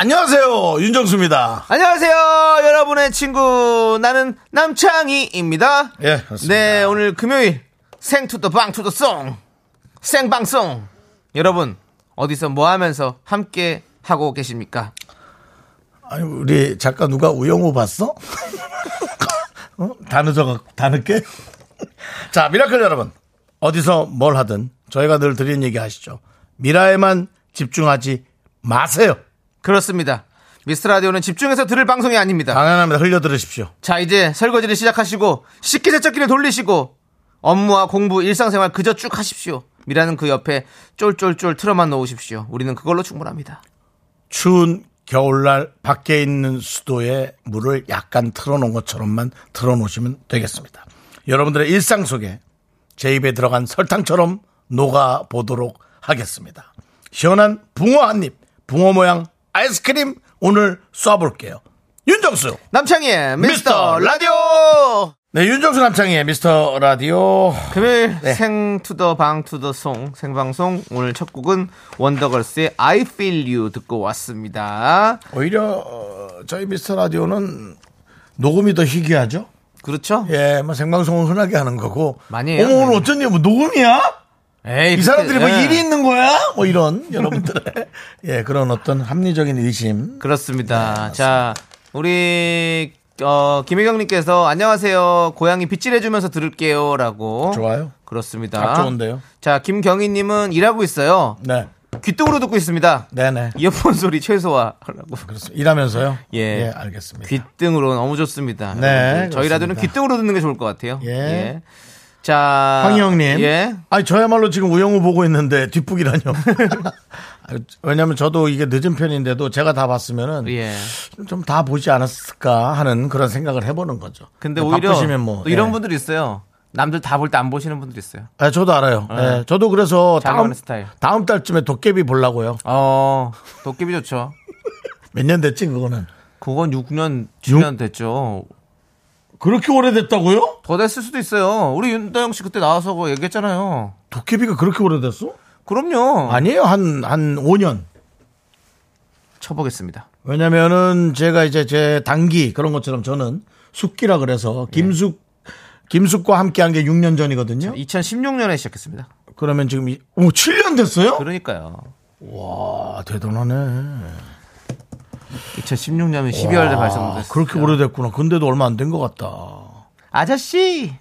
안녕하세요 윤정수입니다. 안녕하세요, 여러분의 친구 나는 남창희입니다. 예, 그렇습니다. 네, 오늘 금요일 생투더 방투더 송 생방송 여러분 어디서 뭐 하면서 함께 하고 계십니까? 아니 우리 작가 누가 우영우 봤어? 어? 다 늦어 다 늦게. 자 미라클 여러분 어디서 뭘 하든 저희가 늘 드리는 얘기 하시죠. 미라에만 집중하지 마세요. 그렇습니다. 미스 라디오는 집중해서 들을 방송이 아닙니다. 당연합니다. 흘려 들으십시오. 자, 이제 설거지를 시작하시고 식기 세척기를 돌리시고 업무와 공부, 일상생활 그저 쭉 하십시오. 미라는 그 옆에 쫄쫄쫄 틀어만 놓으십시오. 우리는 그걸로 충분합니다. 추운 겨울날 밖에 있는 수도에 물을 약간 틀어놓은 것처럼만 틀어놓으시면 되겠습니다. 여러분들의 일상 속에 제 입에 들어간 설탕처럼 녹아 보도록 하겠습니다. 시원한 붕어 한 입, 붕어 모양 아이스크림 오늘 쏴볼게요. 윤정수! 남창희의 미스터 미스터 라디오! 네, 윤정수 남창희의 미스터 라디오. 금요일 네. 생투더방투더송 생방송 오늘 첫 곡은 원더걸스의 I Feel You 듣고 왔습니다. 오히려 어, 저희 미스터 라디오는 녹음이 더 희귀하죠? 그렇죠? 예, 뭐 생방송은 흔하게 하는 거고. 많이 해요. 어머, 오늘 어쩐지 뭐 녹음이야? 에이, 이 그렇게- 사람들이 뭐 예. 일이 있는 거야? 뭐 이런 여러분들의 예 그런 어떤 합리적인 의심. 네, 그렇습니다. 자, 우리 어, 김혜경님께서 안녕하세요. 고양이 빗질해주면서 들을게요라고. 좋아요. 그렇습니다. 딱 좋은데요. 자, 김경희님은 일하고 있어요. 네, 귀뚱으로 듣고 있습니다. 네네. 이어폰 소리 최소화라고. 그렇습니다. 일하면서요. 예. 알겠습니다. 귀등으로 너무 좋습니다. 네, 여러분들, 저희 그렇습니다. 라디오는 귀등으로 듣는 게 좋을 것 같아요. 예. 자, 황희영님, 예. 아니 저야말로 지금 우영우 보고 있는데 뒷북이라뇨. 왜냐하면 저도 이게 늦은 편인데도 제가 다 봤으면은 예. 좀 다 보지 않았을까 하는 그런 생각을 해보는 거죠. 근데 오히려 바쁘시면 뭐 또 이런 예. 분들이 있어요. 남들 다 볼 때 안 보시는 분들이 있어요. 예, 저도 알아요. 예, 저도 그래서 자기 다음 하는 스타일. 다음 달쯤에 도깨비 보려고요. 어, 도깨비 좋죠. 몇 년 됐지 그거는? 그건 6년, 7년 됐죠. 그렇게 오래됐다고요? 더 됐을 수도 있어요. 우리 윤다영 씨 그때 나와서 그거 얘기했잖아요. 도깨비가 그렇게 오래됐어? 그럼요. 아니에요. 한, 한 5년. 쳐보겠습니다. 왜냐면은 제가 이제 제 단기 그런 것처럼 저는 숙기라 네. 그래서 김숙, 김숙과 함께 한 게 6년 전이거든요. 2016년에 시작했습니다. 그러면 지금, 이, 오, 7년 됐어요? 그러니까요. 와, 대단하네. 2016년 12월에 아, 발송됐어요. 그렇게 오래됐구나. 근데도 얼마 안 된 것 같다. 아저씨!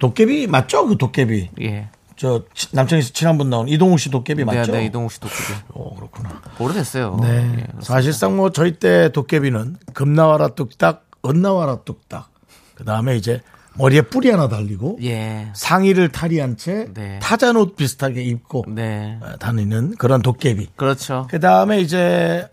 도깨비 맞죠? 그 도깨비. 예. 저 치- 남창에서 친한 분 나온 이동욱 씨 도깨비 맞죠? 네, 네, 이동욱 씨도 어, 그게 오, 그렇구나. 오래됐어요. 예, 네. 그렇습니다. 사실상 뭐 저희 때 도깨비는 금나와라 뚝딱, 은나와라 뚝딱. 그 다음에 이제 머리에 뿌리 하나 달리고 예. 상의를 탈의한 채 네. 타잔 옷 비슷하게 입고 네. 어, 다니는 그런 도깨비. 그렇죠. 그 다음에 이제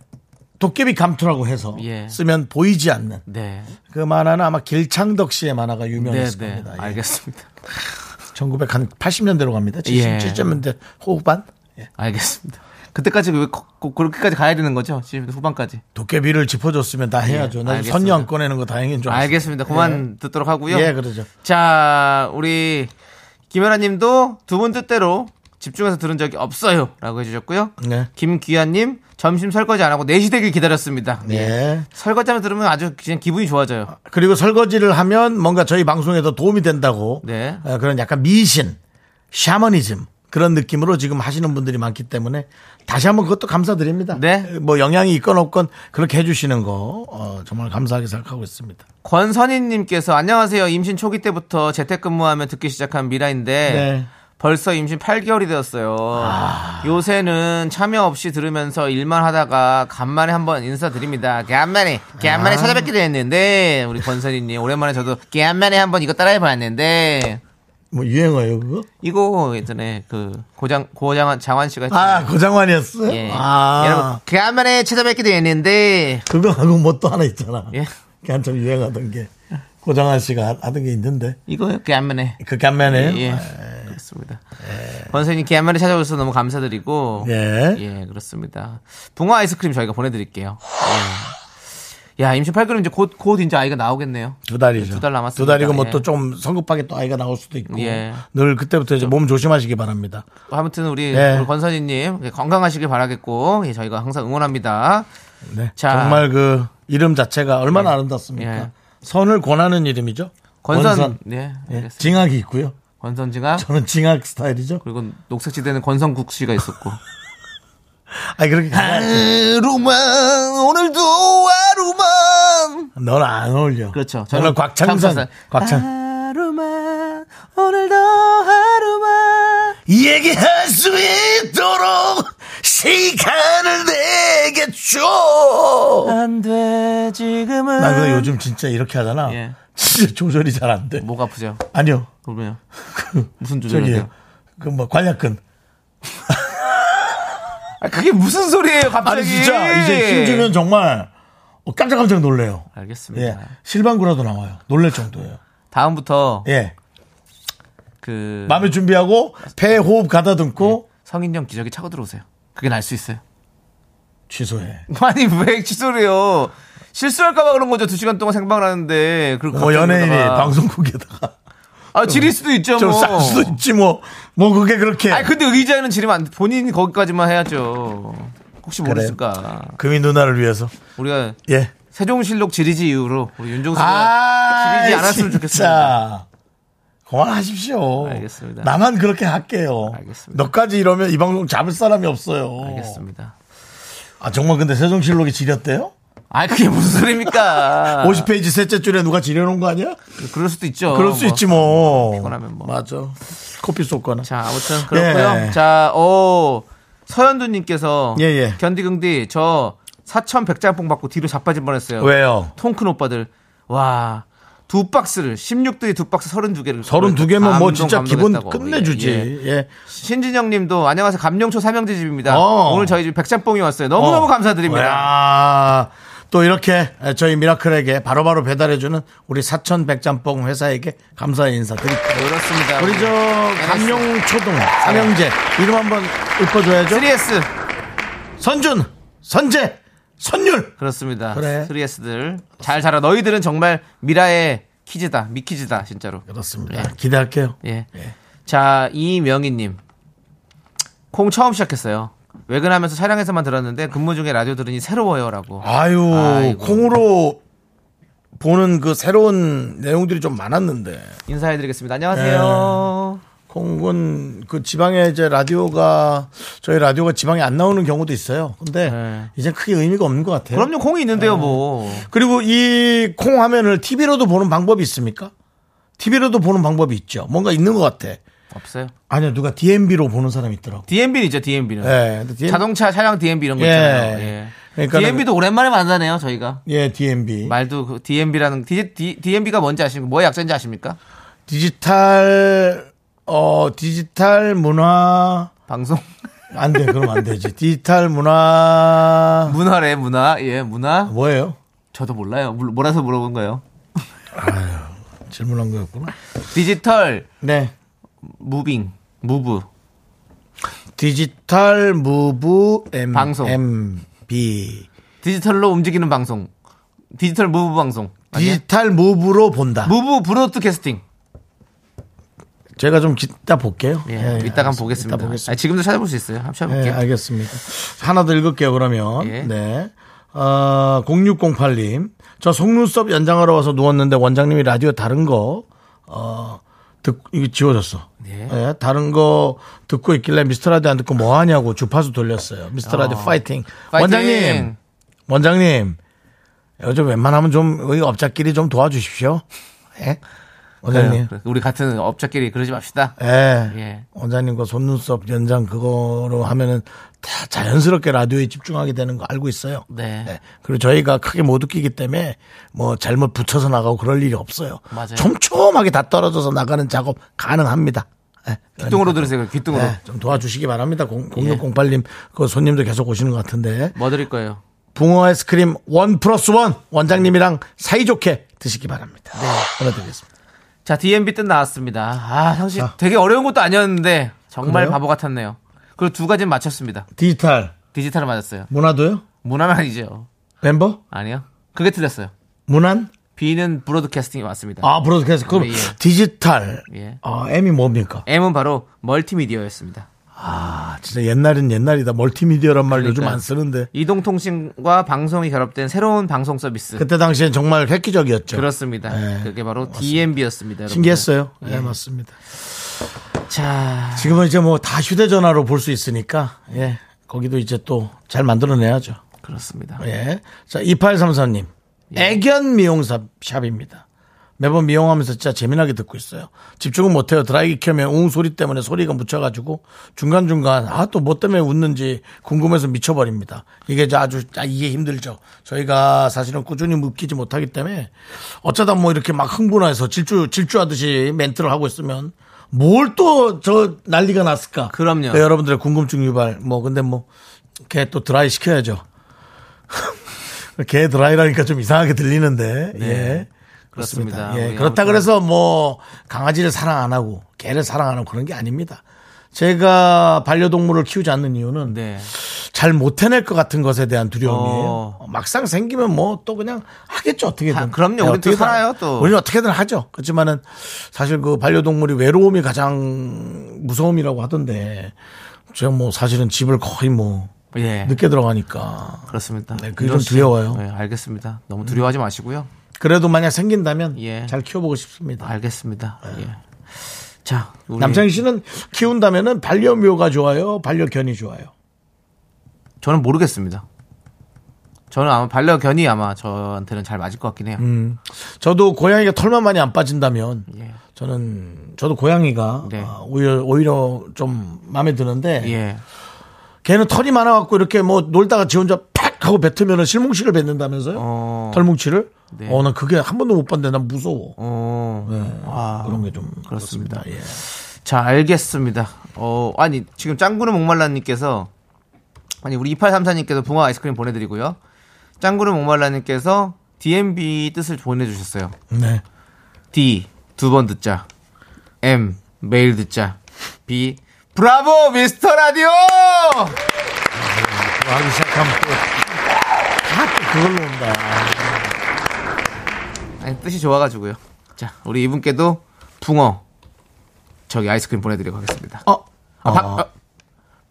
도깨비 감투라고 해서 예. 쓰면 보이지 않는 네. 그 만화는 아마 길창덕 씨의 만화가 네, 유명했을 네. 겁니다. 예. 알겠습니다. 1980년대로 갑니다. 예. 77년대 후반. 예. 알겠습니다. 그때까지 왜 거- 거- 그렇게까지 가야 되는 거죠? 지금 후반까지. 도깨비를 짚어줬으면 다 해야죠. 나 예, 알겠습니다. 선녀 안 꺼내는 거 다행인 줄 알았어요. 알겠습니다. 그만 듣도록 하고요. 예, 그러죠. 자, 우리 김연아 님도 두 분 뜻대로 집중해서 들은 적이 없어요. 라고 해주셨고요. 네. 김귀한 님, 점심 설거지 안 하고 4시 되길 기다렸습니다. 예. 설거지하면 들으면 아주 그냥 기분이 좋아져요. 그리고 설거지를 하면 뭔가 저희 방송에도 도움이 된다고 네. 어, 그런 약간 미신, 샤머니즘 그런 느낌으로 지금 하시는 분들이 많기 때문에 다시 한번 그것도 감사드립니다. 네. 뭐 영향이 있건 없건 그렇게 해주시는 거 어, 정말 감사하게 생각하고 있습니다. 권선희님께서 안녕하세요. 임신 초기 때부터 재택근무하며 듣기 시작한 미라인데 네. 아. 벌써 임신 8개월이 되었어요. 요새는 참여 없이 들으면서 일만 하다가 간만에 한번 인사드립니다. 간만에 아. 간만에 찾아뵙기도 했는데 우리 권선희님 오랜만에 저도 간만에 한번 이거 따라해봤는데 뭐 유행어예요 그거? 이거 예전에 그 고장 고장한 장환 씨가 아 했잖아요. 고장환이었어요? 예. 아 여러분 그 한번에 찾아뵙기도 했는데 그거하고 뭐 또 하나 있잖아. 예. 그 한참 유행하던 게 고장환 씨가 하던 게 있는데 이거 그 한번에 그 간만에 예, 그렇습니다. 권선님 기한만에 찾아오셔서 너무 감사드리고 예. 예, 그렇습니다. 붕어 아이스크림 저희가 보내드릴게요. 예. 야 임신 8개월 이제 곧 곧 이제 아이가 나오겠네요. 두 달이죠. 두달 남았습니다. 두 달이고 뭐 예. 또 좀 성급하게 또 아이가 나올 수도 있고 예. 늘 그때부터 이제 몸 조심하시기 바랍니다. 아무튼 우리 예. 우리 권선희님 건강하시길 바라겠고 예, 저희가 항상 응원합니다. 네. 자. 정말 그 이름 자체가 얼마나 아름답습니까? 예. 선을 권하는 이름이죠. 권선, 권선. 네, 예. 알겠습니다. 징악이 있고요. 권선 지가 저는 징악 스타일이죠. 그리고 녹색지대는 권선국 씨가 있었고 아 그렇게 하루만 오늘도 하루만 넌안 어울려. 그렇죠. 저는 저는 곽창선. 곽창선. 아. 곽창. 하루만 오늘도 하루만 얘기할 수 있도록 시간을 내게 줘. 안돼 지금은 나 근데 요즘 진짜 이렇게 하잖아. 예. 뭐. 진짜 조절이 잘 안 돼. 목 아프죠? 아니요. 그러면 그, 무슨 조절이 저기 돼요? 그뭐 관략근. 아, 그게 무슨 소리예요 갑자기? 아니 진짜 이제 힘주면 정말 어, 깜짝깜짝 놀래요. 알겠습니다. 예. 실방구라도 나와요. 놀랄 정도예요. 다음부터 예. 그 마음의 준비하고 폐 호흡 가다듬고 성인용 기저귀 차고 들어오세요. 그게 날 수 있어요. 네. 취소해. 아니 왜 취소를요? 실수할까봐 그런 거죠. 두 시간 동안 생방을 하는데 그리고 뭐 갑자기 연예인이 그러다가. 방송국에다가 아 지릴 수도 있죠. 뭐. 좀쌀 수도 있지 뭐. 뭐 그게 그렇게. 아니 근데 의자에는 지리면 안 돼. 본인 거기까지만 해야죠. 혹시 모르니까 금이 누나를 위해서. 우리가 예. 세종실록 지리지 이후로 우리 아! 윤종수가 지리지 않았으면 진짜. 그만하십시오. 알겠습니다. 나만 그렇게 할게요. 알겠습니다. 너까지 이러면 이 방송 잡을 사람이 없어요. 알겠습니다. 아 정말 근데 세종실록이 지렸대요? 아 그게 무슨 소리입니까? 50페이지 셋째 줄에 누가 지려놓은 거 아니야? 그럴 수도 있죠. 그럴 수 뭐. 있지 뭐. 피곤하면 뭐. 맞아. 커피 쏟거나. 자, 아무튼 그렇고요. 예. 자, 어 서현두님께서 예, 예. 견디긍디 저 사천 백짬뽕 받고 뒤로 자빠질 뻔했어요. 왜요? 통큰 오빠들 와. 두 박스를 16도에 두 박스 32개를 32개면 뭐 진짜 기본 끝내주지. 예. 신진영님도 안녕하세요 감룡초 삼형제 집입니다. 어. 오늘 저희 집 백짬뽕이 왔어요. 너무 너무 어. 감사드립니다. 야, 또 이렇게 저희 미라클에게 바로바로 배달해주는 우리 사천 백짬뽕 회사에게 감사의 인사 드릴게요. 그렇습니다. 우리 저 네, 감룡초등 삼형제 이름 한번 읊어줘야죠. 3S 선준, 선재, 선율. 그렇습니다. 그래. 3S들 잘 자라. 너희들은 정말 미라의 키즈다. 미키즈다 진짜로. 네. 그렇습니다. 기대할게요. 예. 자, 이명희님. 콩 처음 시작했어요. 외근하면서 차량에서만 들었는데 근무 중에 라디오 들으니 새로워요라고. 아유, 아이고. 콩으로 보는 그 새로운 내용들이 좀 많았는데. 인사해드리겠습니다. 안녕하세요. 콩은 그 지방에 이제 라디오가 저희 라디오가 지방에 안 나오는 경우도 있어요. 근데 네. 이제 크게 의미가 없는 것 같아요. 그럼요, 콩이 예. 있는데요, 뭐. 그리고 이 콩 화면을 TV로도 보는 방법이 있습니까? TV로도 보는 방법이 있죠. 뭔가 있는 것 같아. 없어요. 아니요, 누가 DMB로 보는 사람이 있더라고. DMB이죠, DMB는. 예, 근데 DM, 네. 자동차 차량 DMB 이런 거 예. 있잖아요. 예. 그러니까는- DMB도 오랜만에 만나네요, 저희가. 예, DMB. 말도 그 DMB라는 DMB가 뭔지 아십니까? 뭐의 약자인지 아십니까? 디지털 어 디지털 문화 방송 안 돼, 그럼 안 되지. 디지털 문화 문화래 문화 예 문화 뭐예요? 저도 몰라요 몰- 몰라서 물어본 거예요 질문한 거였구나. 디지털 네, 무빙 무브 디지털 무브 M 방송. MB 디지털로 움직이는 방송. 디지털 무브 방송. 아니야? 디지털 무브로 본다. 무브 브로드캐스팅. 제가 좀 이따 볼게요. 예, 예, 이따가 알겠습니다. 한번 보겠습니다. 이따 보겠습니다. 아니, 지금도 찾아볼 수 있어요. 한번 예, 찾아볼게요. 알겠습니다. 하나 더 읽을게요, 그러면. 예. 네. 어, 0608님. 저 속눈썹 연장하러 와서 누웠는데 원장님이 라디오 다른 거, 어, 듣, 이게 지워졌어. 예. 예, 다른 거 듣고 있길래 미스터 라디오 안 듣고 뭐 하냐고 주파수 돌렸어요. 미스터 라디오 파이팅. 아. 파이팅! 원장님. 원장님. 요즘 웬만하면 좀, 우리 업자끼리 좀 도와주십시오. 예? 원장님. 네, 그래, 우리 같은 업자끼리 그러지 맙시다. 예. 예. 원장님과 속눈썹 연장 그거로 하면은 다 자연스럽게 라디오에 집중하게 되는 거 알고 있어요. 예. 네. 그리고 저희가 크게 못 웃기기 때문에 뭐 잘못 붙여서 나가고 그럴 일이 없어요. 맞아요. 촘촘하게 다 떨어져서 나가는 작업 가능합니다. 예. 귀뚱으로 들으세요. 귀뚱으로. 예, 좀 도와주시기 바랍니다. 예. 0608님, 그 손님도 계속 오시는 것 같은데. 뭐 드릴 거예요? 붕어 아이스크림 원 플러스 원 원장님이랑 사이좋게 드시기 바랍니다. 네. 보내드리겠습니다. 자, DMB 뜻 나왔습니다. 아, 사실 되게 어려운 것도 아니었는데 정말 그래요? 바보 같았네요. 그리고 두 가지는 맞췄습니다. 디지털, 디지털 맞았어요. 문화도요? 문화는 아니죠. 멤버? 아니요. 그게 틀렸어요. 문안? B는 브로드캐스팅이 맞습니다. 아, 브로드캐스트. 그럼 예. 디지털. 예. 아, M이 뭡니까? M은 바로 멀티미디어였습니다. 아, 진짜 옛날은 옛날이다. 멀티미디어란 말 요즘 그러니까요. 안 쓰는데. 이동통신과 방송이 결합된 새로운 방송 서비스. 그때 당시엔 정말 획기적이었죠. 그렇습니다. 예. 그게 바로 DMB였습니다. 신기했어요. 예, 맞습니다. 자, 지금은 이제 뭐 다 휴대전화로 볼 수 있으니까, 예. 거기도 이제 또 잘 만들어내야죠. 그렇습니다. 예. 예. 자, 2834님. 애견 미용샵입니다. 매번 미용하면서 진짜 재미나게 듣고 있어요. 집중은 못해요. 드라이기 켜면 웅 소리 때문에 소리가 묻혀가지고 중간중간 아, 또 뭐 때문에 웃는지 궁금해서 미쳐버립니다. 이게 이제 아주, 아, 이게 힘들죠. 저희가 사실은 꾸준히 웃기지 못하기 때문에 어쩌다 뭐 이렇게 막 흥분해서 질주, 질주하듯이 멘트를 하고 있으면 뭘 또 저 난리가 났을까. 그럼요. 네, 여러분들의 궁금증 유발. 뭐, 근데 뭐, 걔 또 드라이 시켜야죠. 개 드라이라니까 좀 이상하게 들리는데. 예. 네, 그렇습니다. 예. 우리 그렇다 아무튼- 그래서 뭐 강아지를 사랑 안 하고 개를 사랑 안 하고 그런 게 아닙니다. 제가 반려동물을 키우지 않는 이유는 네. 잘 못 해낼 것 같은 것에 대한 두려움이에요. 어. 어, 막상 생기면 뭐 또 그냥 하겠죠 어떻게든. 아, 그럼요. 우린 또 살아요, 또. 우리는 어떻게든 하죠. 그렇지만은 사실 그 반려동물이 외로움이 가장 무서움이라고 하던데 제가 뭐 사실은 집을 거의 뭐 예. 늦게 들어가니까 그렇습니다. 네, 그게 민호 좀 씨. 두려워요. 음. 네, 알겠습니다. 너무 두려워하지 마시고요. 그래도 만약 생긴다면 예. 잘 키워보고 싶습니다. 알겠습니다. 예. 자, 우리 아. 남창희 씨는 키운다면은 반려묘가 좋아요, 반려견이 좋아요. 저는 모르겠습니다. 저는 아마 반려견이 아마 저한테는 잘 맞을 것 같긴 해요. 음. 저도 고양이가 털만 많이 안 빠진다면 예. 저는 저도 고양이가 네. 아, 오히려 오히려 좀 마음에 드는데 예. 걔는 털이 많아갖고 이렇게 뭐 놀다가 지 혼자 팍 하고 뱉으면은 실뭉치를 뱉는다면서요? 어. 털뭉치를? 네. 어, 난 그게 한 번도 못 봤는데 난 무서워. 어. 네. 아. 그런 게 좀 그렇습니다. 그렇습니다. 예. 자, 알겠습니다. 어, 아니, 지금 짱구는 목말라님께서, 아니, 우리 2834님께서 붕어 아이스크림 보내드리고요. 짱구는 목말라님께서 DMB 뜻을 보내주셨어요. 네. D, 두 번 듣자. M, 매일 듣자. B, 브라보, 미스터 라디오! 그거 하기 시작하면 또, 다또 아, 그걸로 온다. 아니, 뜻이 좋아가지고요. 자, 우리 이분께도 붕어, 저기 아이스크림 보내드리고 하겠습니다. 어? 아, 박- 아,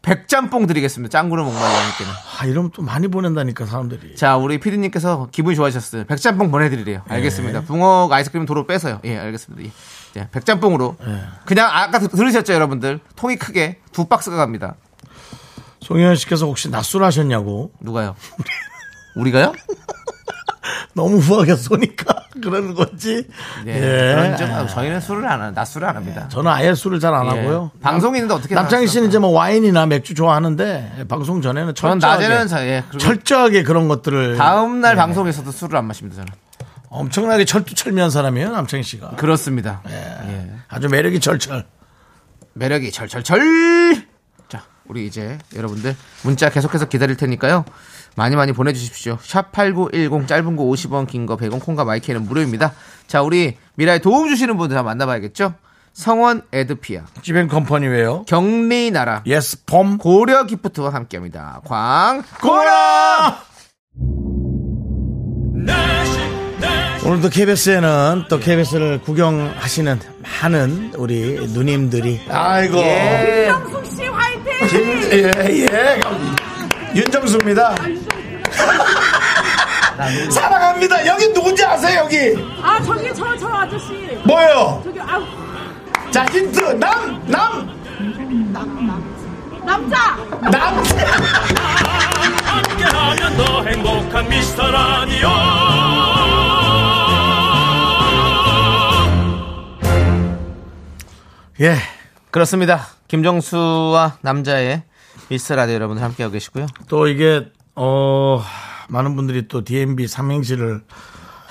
백짬뽕 드리겠습니다. 짱구는 목말라님께는. 아, 이러면 또 많이 보낸다니까 사람들이. 자, 우리 피디님께서 기분이 좋아지셨어요. 백짬뽕 보내드리래요. 예. 알겠습니다. 붕어 아이스크림 도로 빼서요. 예, 알겠습니다. 예. 자, 백짬뽕으로. 예. 그냥 아까 들- 들으셨죠, 여러분들? 통이 크게 두 박스가 갑니다. 송현 씨께서 혹시 낮술 하셨냐고. 누가요? 우리가요? 너무 후하게 쏘니까 그러는 건지. 예. 예. 그런 점, 아, 저희는 술을 안, 하- 낮술을 안 합니다. 저는 아예 술을 잘 안 예. 하고요. 방송인데 어떻게 남창희 낮술 씨는 합니까? 이제 뭐 와인이나 맥주 좋아하는데 예, 방송 전에는 저는 철저하게 낮에는 자, 예. 그리고 철저하게 예. 그런 것들을 다음날 방송에서도 술을 안 마십니다, 저는. 엄청나게 철두철미한 사람이에요 남창희 씨가 그렇습니다. 예. 아주 매력이 절철 매력이 절절절. 자, 우리 이제 여러분들 문자 계속해서 기다릴 테니까요. 많이 많이 보내주십시오. 샵8910 짧은 거 50원 긴 거 100원 콩과 마이크는 무료입니다. 자, 우리 미라에 도움 주시는 분들 다 만나봐야겠죠. 성원 에드피아 지벤 컴퍼니웨요 경리나라 예스폼 고려 기프트와 함께합니다. 광 고라 내식 내식 오늘도 KBS에는 또 KBS를 구경하시는 많은 우리 누님들이 예. 아이고 정숙씨 화이팅! 예예 윤정수입니다 사랑합니다 여기 누군지 아세요 여기 아 저기 저 저 아저씨 뭐예요 저기 아 자 힌트 남남 남자 남. 함께하면 더 행복한 미스터 라디오 예. 그렇습니다. 김정수와 남자의 미스 라디오 여러분들 함께하고 계시고요. 또 이게, 어, 많은 분들이 또 DMB 삼행시를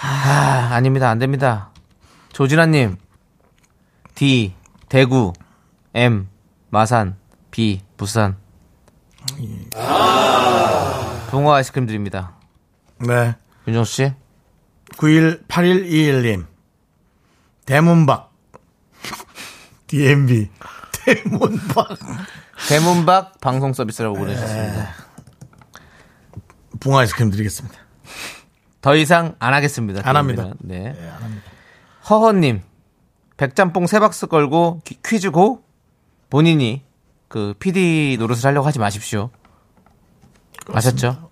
아, 아닙니다. 안 됩니다. 조진아님, D, 대구, M, 마산, B, 부산. 붕어 아이스크림 드립니다. 네. 윤정수 씨, 918121님. 대문박. DMB. 대문박. 대문박 방송 서비스라고 보내주셨습니다. 붕어 아이스크림 드리겠습니다. 더 이상 안 하겠습니다. 안 합니다. 그러면은. 네. 허허님, 백짬뽕 세 박스 걸고 퀴- 퀴즈 고 본인이 그 PD 노릇을 하려고 하지 마십시오. 아셨죠?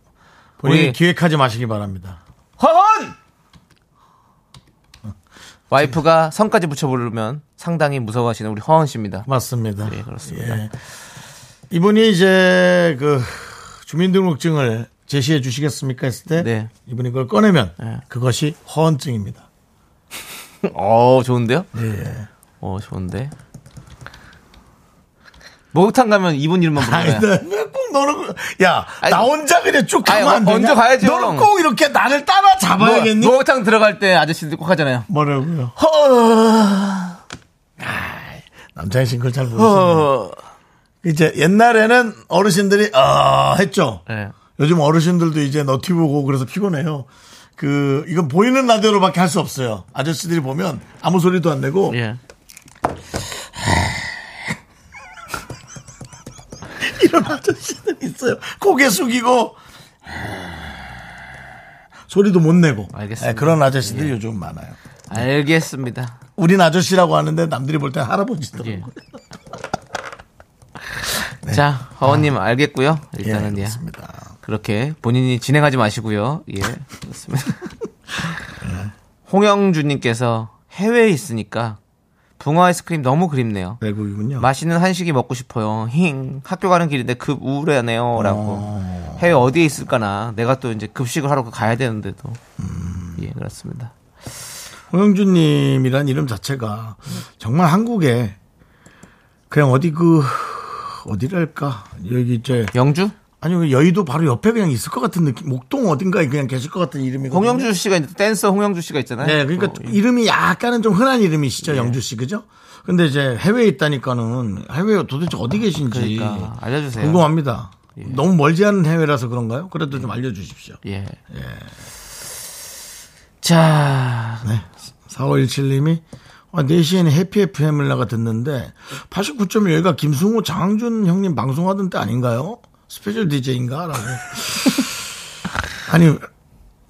본인이 우리- 기획하지 마시기 바랍니다. 허헌! 와이프가 성까지 붙여 부르면 상당히 무서워하시는 우리 허헌 씨입니다. 맞습니다. 예, 그렇습니다. 예. 이분이 이제 그 주민등록증을 제시해 주시겠습니까 했을 때 네. 이분이 그걸 꺼내면 그것이 허언증입니다. 어, 좋은데요? 예. 어, 좋은데. 목욕탕 가면 이분 이름만 아니, 부르나요? 나꼭 너는 그- 야, 네. 아니, 나 혼자 그냥 쭉 아니, 가면 안 어, 되냐? 먼저 뭐, 가야죠. 너는 꼭 이렇게 나를 따라 잡아야겠니? 목욕탕 들어갈 때 아저씨들 꼭 하잖아요. 뭐라고요? 허, 남자이신 걸 잘 모르시네. 어. 이제 옛날에는 어르신들이 어 했죠. 네. 요즘 어르신들도 이제 너튜브 보고 그래서 피곤해요. 그 이건 보이는 라디오로밖에 할 수 없어요. 아저씨들이 보면 아무 소리도 안 내고 예. 이런 아저씨들 있어요. 고개 숙이고 소리도 못 내고 알겠습니다. 예, 그런 아저씨들이 요즘 많아요. 알겠습니다. 우린 아저씨라고 하는데 남들이 볼 때 할아버지더라고요. 예. 자, 허원님 알겠고요. 일단은 아. 예, 예, 그렇습니다. 그렇게 본인이 진행하지 마시고요. 예, 그렇습니다. 홍영주님께서 해외에 있으니까 붕어 아이스크림 너무 그립네요. 외국이군요. 맛있는 한식이 먹고 싶어요. 힝. 학교 가는 길인데 급 우울하네요. 라고. 해외 어디에 있을까나. 내가 또 이제 급식을 하러 가야 되는데도. 음. 예, 그렇습니다. 홍영준님이란 이름 자체가 정말 한국에 그냥 어디 그 어디랄까 여기 이제 영주? 아니 그 여의도 바로 옆에 그냥 있을 것 같은 느낌 목동 어딘가에 그냥 계실 것 같은 이름이 홍영주 씨가 이제 댄서 홍영주 씨가 있잖아요. 네 그러니까 또 이름이 약간은 좀 흔한 이름이시죠 예. 영주 씨 그죠? 근데 이제 해외에 있다니까는 해외 도대체 어디 계신지 그러니까 알려주세요. 궁금합니다. 너무 멀지 않은 해외라서 그런가요? 그래도 좀 알려주십시오. 예. 자, 네. 4517님이 4시에는 해피 FM을 나가 듣는데 89.1가 김승호 장준 형님 방송하던 때 아닌가요? 스페셜 DJ인가? 라고. 아니,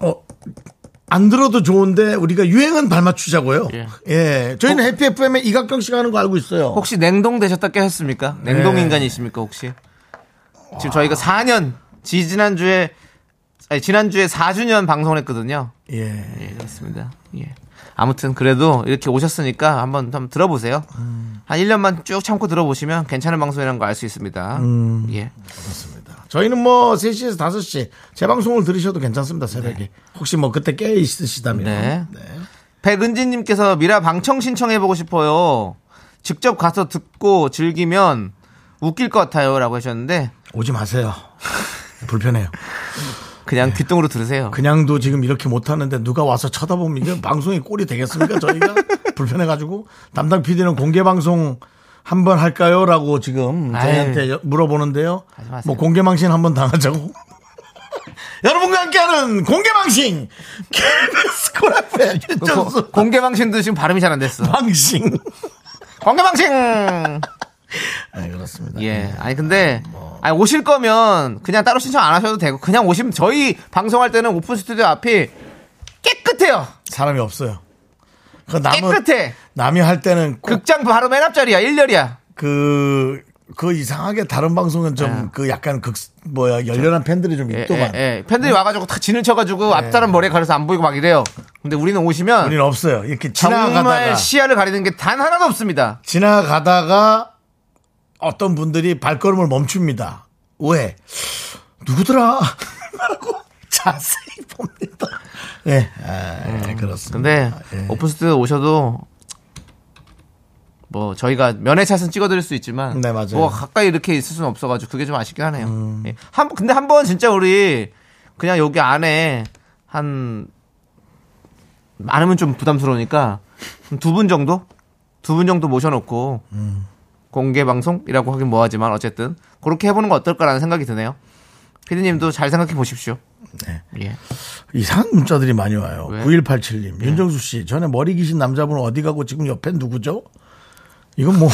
어, 안 들어도 좋은데 우리가 유행은 발맞추자고요. 예. 예. 저희는 해피 FM에 이각경 씨가 하는 거 알고 있어요. 혹시 냉동 되셨다 깨셨습니까? 냉동 네. 인간이십니까 혹시? 지금 저희가 4년 지지난주에 아니 지난주에 4주년 방송을 했거든요. 예. 예, 그렇습니다. 예. 아무튼 그래도 이렇게 오셨으니까 한번 한번 들어보세요. 음. 한 1년만 쭉 참고 들어보시면 괜찮은 방송이라는 거 알 수 있습니다. 음. 예. 저희는 뭐 3시에서 5시 재방송을 들으셔도 괜찮습니다. 새벽에. 혹시 뭐 그때 깨 있으시다면. 네. 백은진 님께서 미라 방청 신청해 보고 싶어요. 직접 가서 듣고 즐기면 웃길 것 같아요라고 하셨는데 오지 마세요. 불편해요. 그냥 귓등으로 들으세요. 네. 그냥도 지금 이렇게 못하는데 누가 와서 쳐다보면 이게 방송이 꼴이 되겠습니까? 저희가 불편해가지고 담당 PD는 공개 방송 한 번 할까요? 라고 지금 아유. 저희한테 여- 물어보는데요. 하지 마세요. 뭐 공개망신 한 번 당하자고. 여러분과 함께하는 공개망신! KBS 콜라프의 윤정수 공개방신도 지금 발음이 잘 안 됐어. 방신. 공개방신. 네, 그렇습니다. 예. 아니 근데 아니 오실 거면 그냥 따로 신청 안 하셔도 되고 그냥 오시면 저희 방송할 때는 오픈 스튜디오 앞이 깨끗해요. 사람이 없어요. 그 남은, 깨끗해. 그 남이 할 때는 꼭 극장 바로 맨 앞자리야. 일렬이야 그, 그 이상하게 다른 방송은 좀 예. 그 약간 극, 뭐야, 열렬한 팬들이 좀 예, 있더만. 예, 예. 팬들이 와가지고 다 진을 쳐가지고 앞사람 머리에 가려서 안 보이고 막 이래요. 근데 우리는 오시면 예. 우리는 없어요. 이렇게 지나가다가 정말 시야를 가리는 게 단 하나도 없습니다. 지나가다가 어떤 분들이 발걸음을 멈춥니다. 왜? 누구더라? 하고 자세히 봅니다. 음, 예, 아, 그렇습니다. 근데 오픈 스튜디오 오셔도 뭐 저희가 면회샷은 찍어드릴 수 있지만 네, 맞아요. 음. 뭐 가까이 이렇게 있을 수는 없어가지고 그게 좀 아쉽긴 하네요. 예. 한 근데 한 번 진짜 우리 그냥 여기 안에 한 많으면 좀 부담스러우니까 두 분 정도 두 분 정도 모셔놓고 음. 공개 방송이라고 하긴 뭐하지만 어쨌든 그렇게 해보는 거 어떨까라는 생각이 드네요. 피디님도 잘 생각해 보십시오. 네. 예. 이상한 문자들이 많이 와요. 왜? 예. 9187님. 윤정수 씨, 전에 머리 기신 남자분 어디 가고 지금 옆에 누구죠? 이건 뭐.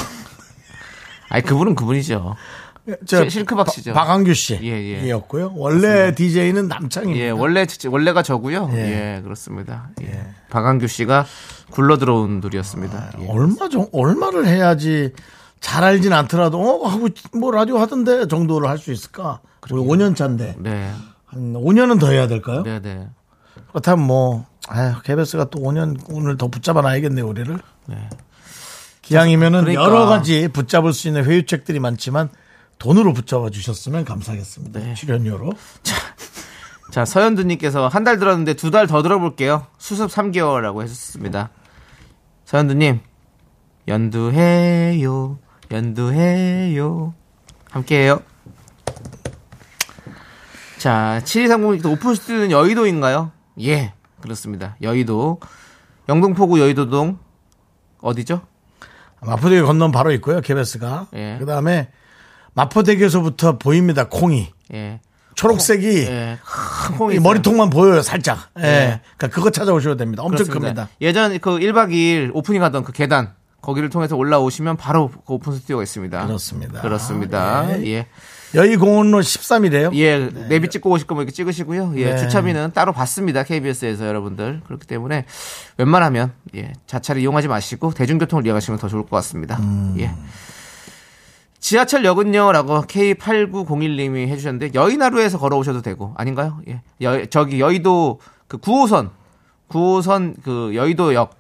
아니 그분은 그분이죠. 실- 실크박 씨죠. 바- 박한규 씨. 예, 예. 이었고요. 원래 DJ는 남창입니다. 예, 원래 지- 원래가 저고요. 예. 예, 그렇습니다. 예. 박한규 씨가 굴러 들어온 아, 둘이었습니다. 예. 얼마 정, 얼마를 해야지 잘 알진 않더라도, 어, 하고, 있- 뭐 라디오 하던데 정도를 할 수 있을까? 우리 5년 차인데. 네, 한 5년은 더 해야 될까요? 네, 네. 그렇다면 뭐, 아휴, KBS가 또 5년 오늘 더 붙잡아 놔야겠네, 우리를. 네. 기왕이면은 그러니까. 여러 가지 붙잡을 수 있는 회유책들이 많지만 돈으로 붙잡아 주셨으면 감사하겠습니다. 네. 출연료로. 자, 서현두님께서 한 달 들었는데 두 달 더 들어볼게요. 수습 3개월이라고 해줬습니다. 서현두님, 연두해요, 연두해요. 함께해요. 자, 7230님께서 오픈 스튜디오는 여의도인가요? 예, 그렇습니다. 여의도. 영등포구 여의도동, 어디죠? 마포대교 건너면 바로 있고요, KBS가. 예. 그 다음에 마포대교에서부터 보입니다, 콩이. 예. 초록색이 예. 이 콩이 있어요. 머리통만 보여요, 살짝. 예. 그러니까 그거 찾아오셔야 됩니다. 엄청 그렇습니다. 큽니다. 예전 그 1박 2일 오프닝 하던 그 계단 거기를 통해서 올라오시면 바로 그 오픈 스튜디오가 있습니다. 그렇습니다. 그렇습니다. 예. 예. 여의공원로 13이래요. 예. 내비 찍고 오실 거면 이렇게 찍으시고요. 예. 네. 주차비는 따로 받습니다. KBS에서 여러분들. 그렇기 때문에 웬만하면 예. 자차를 이용하지 마시고 대중교통을 이용하시면 더 좋을 것 같습니다. 음. 예. 지하철역은요, 라고 K8901님이 해주셨는데, 여의나루에서 걸어오셔도 되고, 아닌가요? 예. 여, 저기 여의도 그 9호선, 9호선 그 여의도역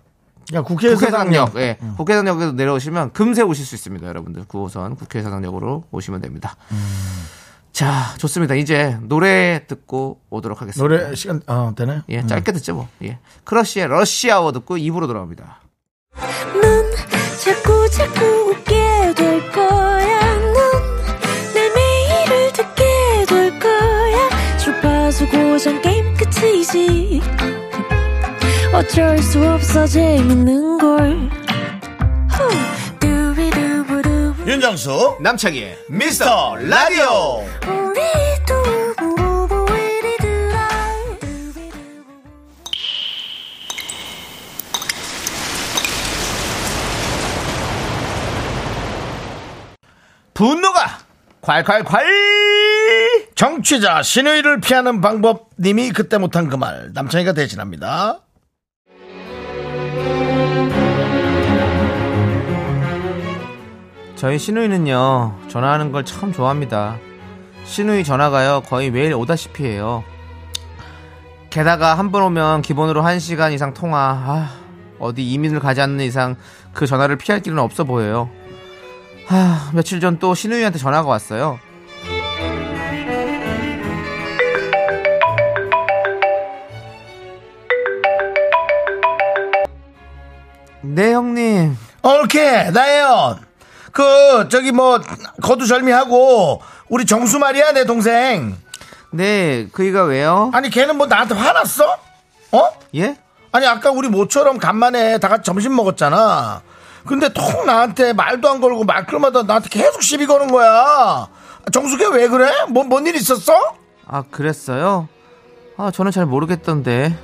야, 국회의사당역. 국회의사당역, 예. 국회의사당역에서 내려오시면 금세 오실 수 있습니다, 여러분들. 9호선 국회의사당역으로 오시면 됩니다. 음. 자, 좋습니다. 이제 노래 듣고 오도록 하겠습니다. 노래 시간, 어, 되나요? 예, 짧게 듣죠, 뭐. 예. 크러쉬의 러시아워 듣고 2부로 돌아옵니다. 넌 자꾸 자꾸 웃게 될 거야. 넌내 매일을 듣게 될 거야. 주파수 고정 게임 끝이지. 어쩔 수 없어 재밌는 걸. 후. 두비두부두. 윤정수, 남창희의 미스터 라디오. 우리 두부부부 우리 두라. 두비두부부. 분노가 콸콸콸! 정취자 신의를 피하는 방법 님이 그때 못한 그 말 남창희가 대신합니다. 저희 신우이는요 전화하는 걸 참 좋아합니다 신우이 전화가요 거의 매일 오다시피 해요 게다가 한 번 오면 기본으로 한시간 이상 통화 아, 어디 이민을 가지 않는 이상 그 전화를 피할 길은 없어 보여요 하, 며칠 전 또 신우이한테 전화가 왔어요 네 형님 오케이 나예요. 그 저기 뭐 거두절미하고 우리 정수 말이야 내 동생. 네 그이가 왜요? 아니 걔는 뭐 나한테 화났어? 어? 예? 아니 아까 우리 모처럼 간만에 다 같이 점심 먹었잖아. 근데 통 나한테 말도 안 걸고 말끝마다 나한테 계속 시비 거는 거야. 정수 걔 왜 그래? 뭔 일 있었어? 아 그랬어요? 아 저는 잘 모르겠던데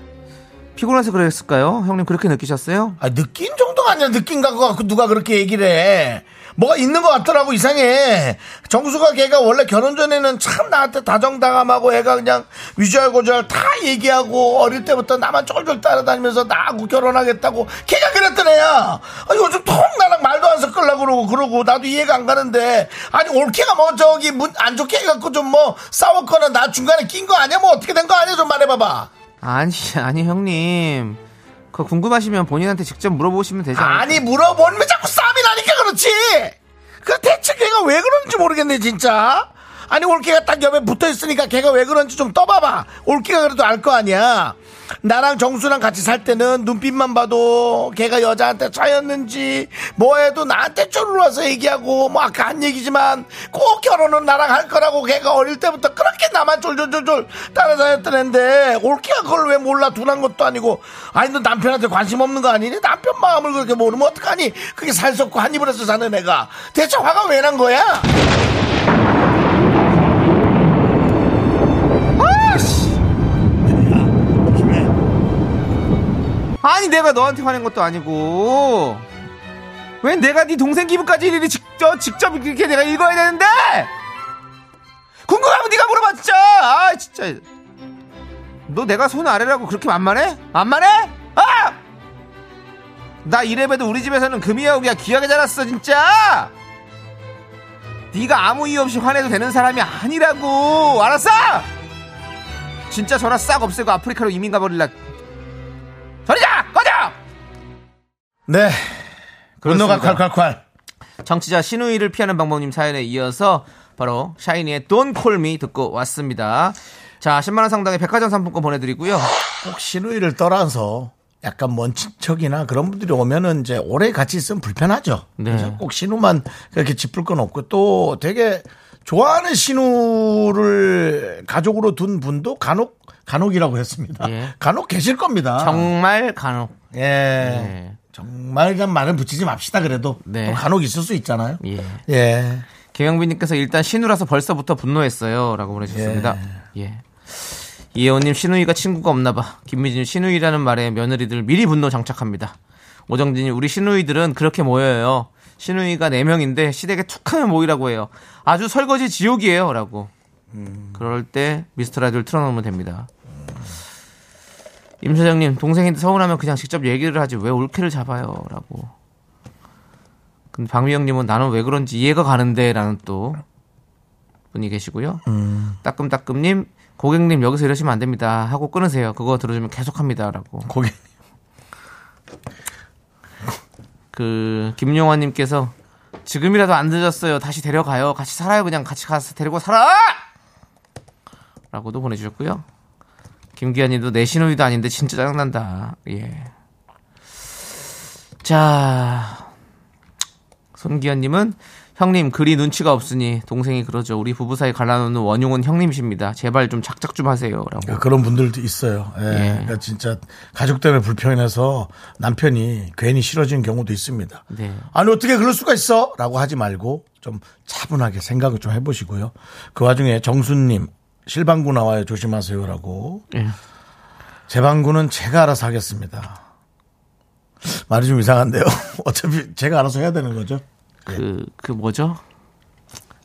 피곤해서 그랬을까요? 형님 그렇게 느끼셨어요? 아, 느낀 정도가 아니라 느낀 것 같고 누가 그렇게 얘기를 해. 뭐가 있는 것 같더라고 이상해. 정수가 걔가 원래 결혼 전에는 참 나한테 다정다감하고 애가 그냥 위주알고주알 다 얘기하고 어릴 때부터 나만 쫄쫄 따라다니면서 나하고 결혼하겠다고 걔가 그랬던 애야. 아, 요즘 통 나랑 말도 안 섞으려고 그러고 그러고 나도 이해가 안 가는데 아니 올케가 뭐 저기 문 안 좋게 해갖고 좀 뭐 싸웠거나 나 중간에 낀 거 아니야? 뭐 어떻게 된 거 아니야? 좀 말해봐봐. 아니 아니 형님 그거 궁금하시면 본인한테 직접 물어보시면 되지 않을까요? 아니 물어보면 자꾸 싸움이 나니까 그렇지 그 대체 걔가 왜 그런지 모르겠네 진짜 아니 올케가 딱 옆에 붙어있으니까 걔가 왜 그런지 좀 떠봐봐 올케가 그래도 알 거 아니야 나랑 정수랑 같이 살 때는 눈빛만 봐도 걔가 여자한테 차였는지 뭐해도 나한테 쪼르르 와서 얘기하고 뭐 아까 한 얘기지만 꼭 결혼은 나랑 할 거라고 걔가 어릴 때부터 그렇게 나만 쫄쫄쫄쫄 따라다녔던 앤데 올케가 그걸 왜 몰라 둔한 것도 아니고 아니 너 남편한테 관심 없는 거 아니니? 남편 마음을 그렇게 모르면 어떡하니? 그게 살썩고 한 입을 해서 사는 애가 대체 화가 왜 난 거야? 아니 내가 너한테 화낸 것도 아니고 왜 내가 네 동생 기분까지 일일이 직접 직접 이렇게 내가 읽어야 되는데 궁금하면 네가 물어봐 진짜 아 진짜 너 내가 손 아래라고 그렇게 만만해? 만만해? 아! 나 이래봬도 우리 집에서는 금이야 우기야 귀하게 자랐어 진짜 네가 아무 이유 없이 화내도 되는 사람이 아니라고 알았어? 진짜 전화 싹 없애고 아프리카로 이민 가버릴라 저리자 꺼져 네. 분노가 그렇습니다. 콸콸콸. 정치자 신우이를 피하는 방법님 사연에 이어서 바로 샤이니의 Don't Call Me 듣고 왔습니다. 자, 10만원 상당의 백화점 상품권 보내드리고요. 꼭 신우이를 떠나서 약간 먼 친척이나 그런 분들이 오면은 이제 오래 같이 있으면 불편하죠. 네. 그래서 꼭 신우만 그렇게 짚을 건 없고 또 되게 좋아하는 신우를 가족으로 둔 분도 간혹 간혹이라고 했습니다. 예. 간혹 계실 겁니다. 정말 간혹. 예. 예. 정말 그 말은 붙이지 맙시다 그래도 네. 또 간혹 있을 수 있잖아요. 예. 예. 김영빈님께서 일단 신우라서 벌써부터 분노했어요. 라고 보내주셨습니다. 예. 이혜원님 신우이가 친구가 없나봐. 김미진님 신우이라는 말에 며느리들 미리 분노 장착합니다. 오정진님 우리 신우이들은 그렇게 모여요. 신우이가 4명인데 시댁에 툭하면 모이라고 해요. 아주 설거지 지옥이에요. 라고. 그럴 때 미스터 라디오를 틀어놓으면 됩니다. 임 사장님 동생인데 서운하면 그냥 직접 얘기를 하지 왜 올케를 잡아요 라고 근데 박미영님은 나는 왜 그런지 이해가 가는데 라는 또 분이 계시고요 따끔따끔님 고객님 여기서 이러시면 안 됩니다 하고 끊으세요 그거 들어주면 계속합니다 라고 고객 그 김용환님께서 지금이라도 안 늦었어요 다시 데려가요 같이 살아요 그냥 같이 가서 데리고 살아 라고도 보내주셨고요 김기현님도 내 신우이도 아닌데 진짜 짜증난다 예. 예자 손기현님은 형님 그리 눈치가 없으니 동생이 그러죠 우리 부부 사이 갈라놓는 원흉은 형님이십니다 제발 좀 작작 좀 하세요라고 그러니까 그런 분들도 있어요. 예. 예. 그러니까 진짜 가족 때문에 불편해서 남편이 괜히 싫어지는 경우도 있습니다. 네. 아니 어떻게 그럴 수가 있어? 라고 하지 말고 좀 차분하게 생각을 좀 해보시고요. 그 와중에 정수님 실방구 나와요 조심하세요라고. 예. 제 방구는 제가 알아서 하겠습니다. 말이 좀 이상한데요. 어차피 제가 알아서 해야 되는 거죠. 그, 그 뭐죠?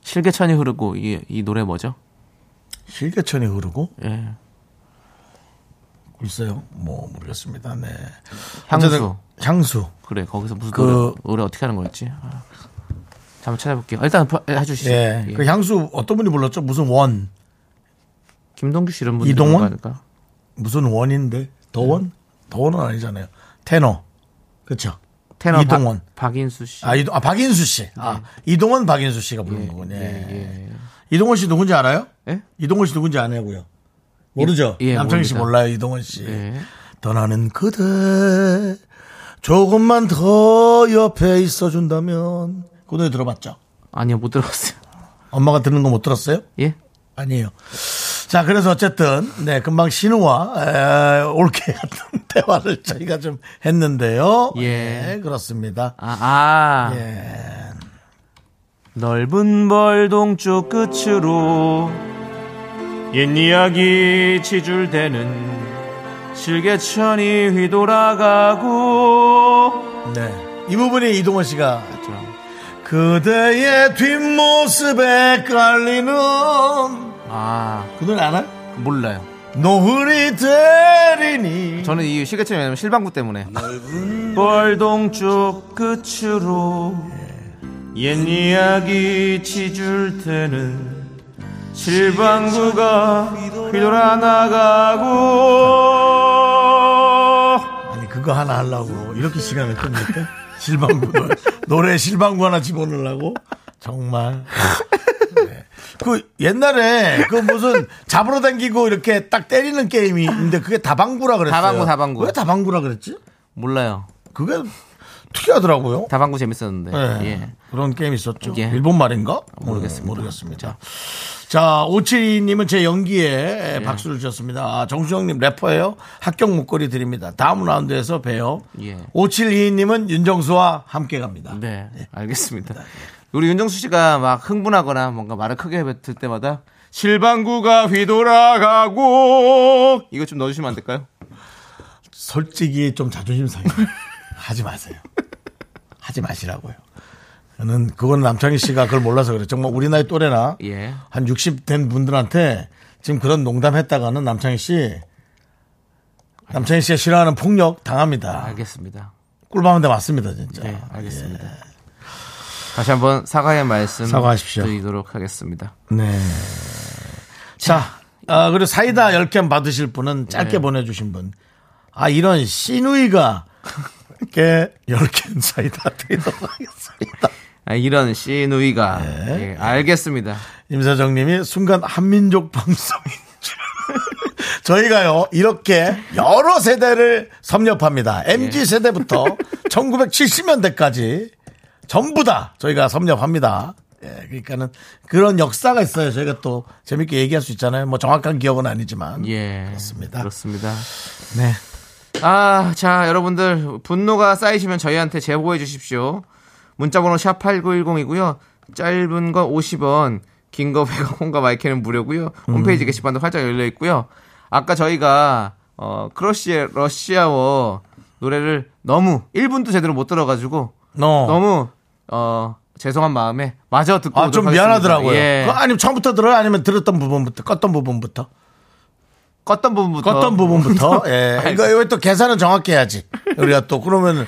실개천이 흐르고 이, 이 노래 뭐죠? 실개천이 흐르고 예. 글쎄요. 뭐 모르겠습니다. 네. 향수. 어쨌든 향수. 그래 거기서 무슨 그- 노래, 노래 어떻게 하는 거였지? 아. 잠깐 찾아볼게요. 일단 바- 해주시죠. 예. 예. 그 향수 어떤 분이 불렀죠? 무슨 원. 김동규 씨 이런 분 이동원? 까 무슨 원인데 예. 더원 더원은 아니잖아요 테너 그렇죠 테너 이동원 박, 박인수 씨. 아, 이동, 아 박인수 씨아 네. 이동원 박인수 씨가 부른 거군요 예. 이동원 씨 누군지 알아요 예? 이동원 씨 누군지 아냐고요 모르죠 예, 남창희 씨 모릅니다. 몰라요 이동원 씨 예. 떠나는 그대 조금만 더 옆에 있어준다면 그 노래 들어봤죠 아니요 못 들어봤어요. 엄마가 듣는 거 못 들었어요 예? 아니에요. 자, 그래서 어쨌든, 네, 금방 신우와, 에, 올케 같은 대화를 저희가 좀 했는데요. 예. 네, 그렇습니다. 아, 아. 예. 넓은 벌동 쪽 끝으로 옛 이야기 지줄대는 실개천이 휘돌아가고 네. 이 부분이 이동원 씨가 그대의 뒷모습에 깔리는 아 그 노래 알아요? 몰라요. 노을이 되리니 저는 이 시계층이 왜냐면 실방구 때문에 벌동 쪽 끝으로 옛 이야기 지줄 때는 실방구가 휘돌아 나가고 아니 그거 하나 하려고 이렇게 시간을 끕니까? 실방구 노래 실방구 하나 집어넣으려고 정말 네. 그 옛날에 그 무슨 잡으러 당기고 이렇게 딱 때리는 게임인데 그게 다방구라 그랬어요. 다방구, 다방구. 왜 다방구라 그랬지? 몰라요. 그게 특이하더라고요. 다방구 재밌었는데. 예. 예. 그런 게임 있었죠. 예. 일본 말인가? 모르겠습니다. 음, 모르겠습니다. 자, 오칠이님은 제 예. 연기에 박수를 주셨습니다. 아, 정수영님 래퍼예요. 합격 목걸이 드립니다. 다음 라운드에서 봬요. 예. 오칠이님은 윤정수와 함께 갑니다. 예. 네, 알겠습니다. 우리 윤정수 씨가 막 흥분하거나 뭔가 말을 크게 뱉을 때마다 실방구가 휘돌아가고 이거 좀 넣어주시면 안 될까요? 솔직히 좀 자존심 상해. 하지 마세요. 하지 마시라고요. 저는 그건 남창희 씨가 그걸 몰라서 그래. 요 정말 우리 나이 또래나 예. 한 60 된 분들한테 지금 그런 농담했다가는 남창희 씨 남창희 씨가 싫어하는 폭력 당합니다. 알겠습니다. 꿀밤한테 맞습니다 진짜. 네, 알겠습니다. 다시 한번 사과의 말씀 사과하십시오. 드리도록 하겠습니다. 네. 자, 아, 그리고 사이다 10캔 받으실 분은 짧게 네. 보내주신 분. 아, 이런 시누이가 이렇게 10캔 사이다 드리도록 하겠습니다. 아, 이런 시누이가 네. 예, 알겠습니다. 임사정님이 순간 한민족 방송인 줄. 저희가요 이렇게 여러 세대를 섭렵합니다. 예. mz 세대부터 1970년대까지 전부 다 저희가 섭렵합니다. 예, 그러니까는 그런 역사가 있어요. 저희가 또 재밌게 얘기할 수 있잖아요. 뭐 정확한 기억은 아니지만 예, 그렇습니다. 그렇습니다. 네. 아, 자, 여러분들 분노가 쌓이시면 저희한테 제보해 주십시오. 문자 번호 샵 8910이고요. 짧은 거 50원, 긴 거 100원, 콩과 마이크는 무료고요. 음. 홈페이지 게시판도 활짝 열려 있고요. 아까 저희가 어, 크러쉬의 러시아워 노래를 너무 1분도 제대로 못 들어 가지고 너. 너무 어, 죄송한 마음에 마저 듣고 아, 오도록 좀 하겠습니다. 미안하더라고요. 예. 그거 아니면 처음부터 들어요? 아니면 들었던 부분부터? 껐던 부분부터? 껐던 부분부터 껐던 부분부터. 예. 어. 이거 이거 또 계산은 정확히 해야지. 우리가 또 그러면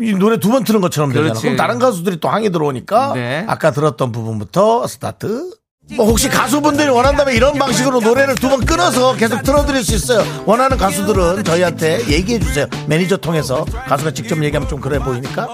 이 노래 두 번 틀은 것처럼 되잖아. 그렇지. 그럼 다른 가수들이 또 항이 들어오니까 네. 아까 들었던 부분부터 스타트. 뭐 혹시 가수분들이 원한다면 이런 방식으로 노래를 두 번 끊어서 계속 틀어드릴 수 있어요. 원하는 가수들은 저희한테 얘기해 주세요. 매니저 통해서 가수가 직접 얘기하면 좀 그래 보이니까.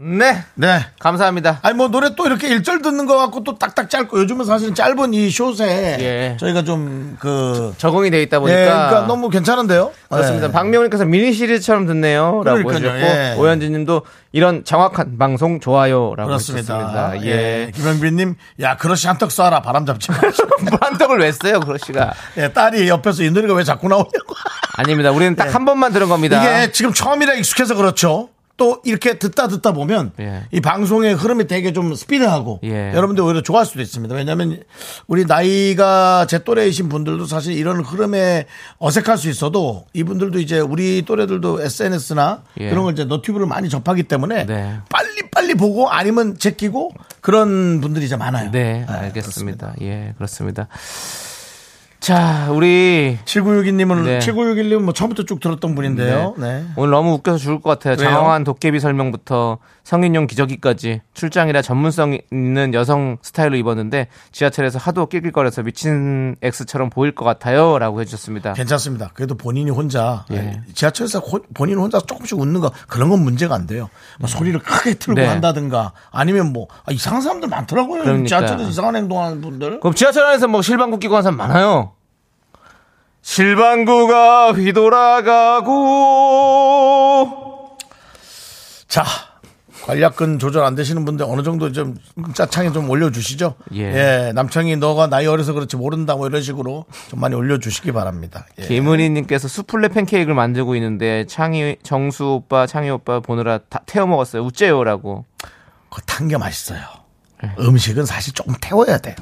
네. 네. 감사합니다. 아니 뭐 노래 또 이렇게 일절 듣는 거 갖고 또 딱딱 짧고 요즘은 사실 짧은 이 숏에 예. 저희가 좀그 적응이 돼 있다 예, 보니까 네. 그러니까 너무 괜찮은데요. 그렇습니다. 예. 박명훈님께서 미니 시리즈처럼 듣네요라고 그러니까요, 해주셨고 예. 오현진님도 이런 정확한 방송 좋아요라고 그렇습니다. 해주셨습니다. 예. 예. 김영빈님, 야, 그러시 한턱 쏴라. 바람 잡지 마. 뭐 한턱을 왜 써요, 그러씨가? 예, 딸이 옆에서 이 노래가 왜 자꾸 나오냐고. 아닙니다. 우리는 딱 한 번만 들은 겁니다. 예. 이게 지금 처음이라 익숙해서 그렇죠. 또 이렇게 듣다 듣다 보면 예. 이 방송의 흐름이 되게 좀 스피드하고 예. 여러분들 오히려 좋아할 수도 있습니다. 왜냐하면 우리 나이가 제 또래이신 분들도 사실 이런 흐름에 어색할 수 있어도 이분들도 이제 우리 또래들도 SNS나 예. 그런 걸 이제 너튜브를 많이 접하기 때문에 네. 빨리 빨리 보고 아니면 제끼고 그런 분들이 이제 많아요. 네, 알겠습니다. 예, 그렇습니다. 자, 우리 7961님은 네. 7961님은 뭐 처음부터 쭉 들었던 분인데요. 네. 오늘 너무 웃겨서 죽을 것 같아요. 왜요? 장황한 도깨비 설명부터 성인용 기저귀까지 출장이라 전문성 있는 여성 스타일로 입었는데 지하철에서 하도 낄낄거려서 미친 X처럼 보일 것 같아요. 라고 해주셨습니다. 네. 괜찮습니다. 그래도 본인이 혼자 예. 지하철에서 호- 본인 혼자 조금씩 웃는 거 그런 건 문제가 안 돼요. 뭐 소리를 크게 틀고 네. 한다든가 아니면 뭐 아, 이상한 사람들 많더라고요. 그러니까요. 지하철에서 이상한 행동하는 분들. 그럼 지하철 안에서 뭐 실방구 끼고 하는 사람 많아요. 실방구가 휘돌아가고 자 관략근 조절 안 되시는 분들 어느 정도 좀 짜창에 좀 올려주시죠. 예. 예, 남창이 너가 나이 어려서 그렇지 모른다 뭐 이런 식으로 좀 많이 올려주시기 바랍니다. 예. 김은희님께서 수플레 팬케이크를 만들고 있는데 창희 정수 오빠 창희 오빠 보느라 다 태워 먹었어요. 우째요라고. 그 탄 게 맛있어요. 음식은 사실 조금 태워야 돼요.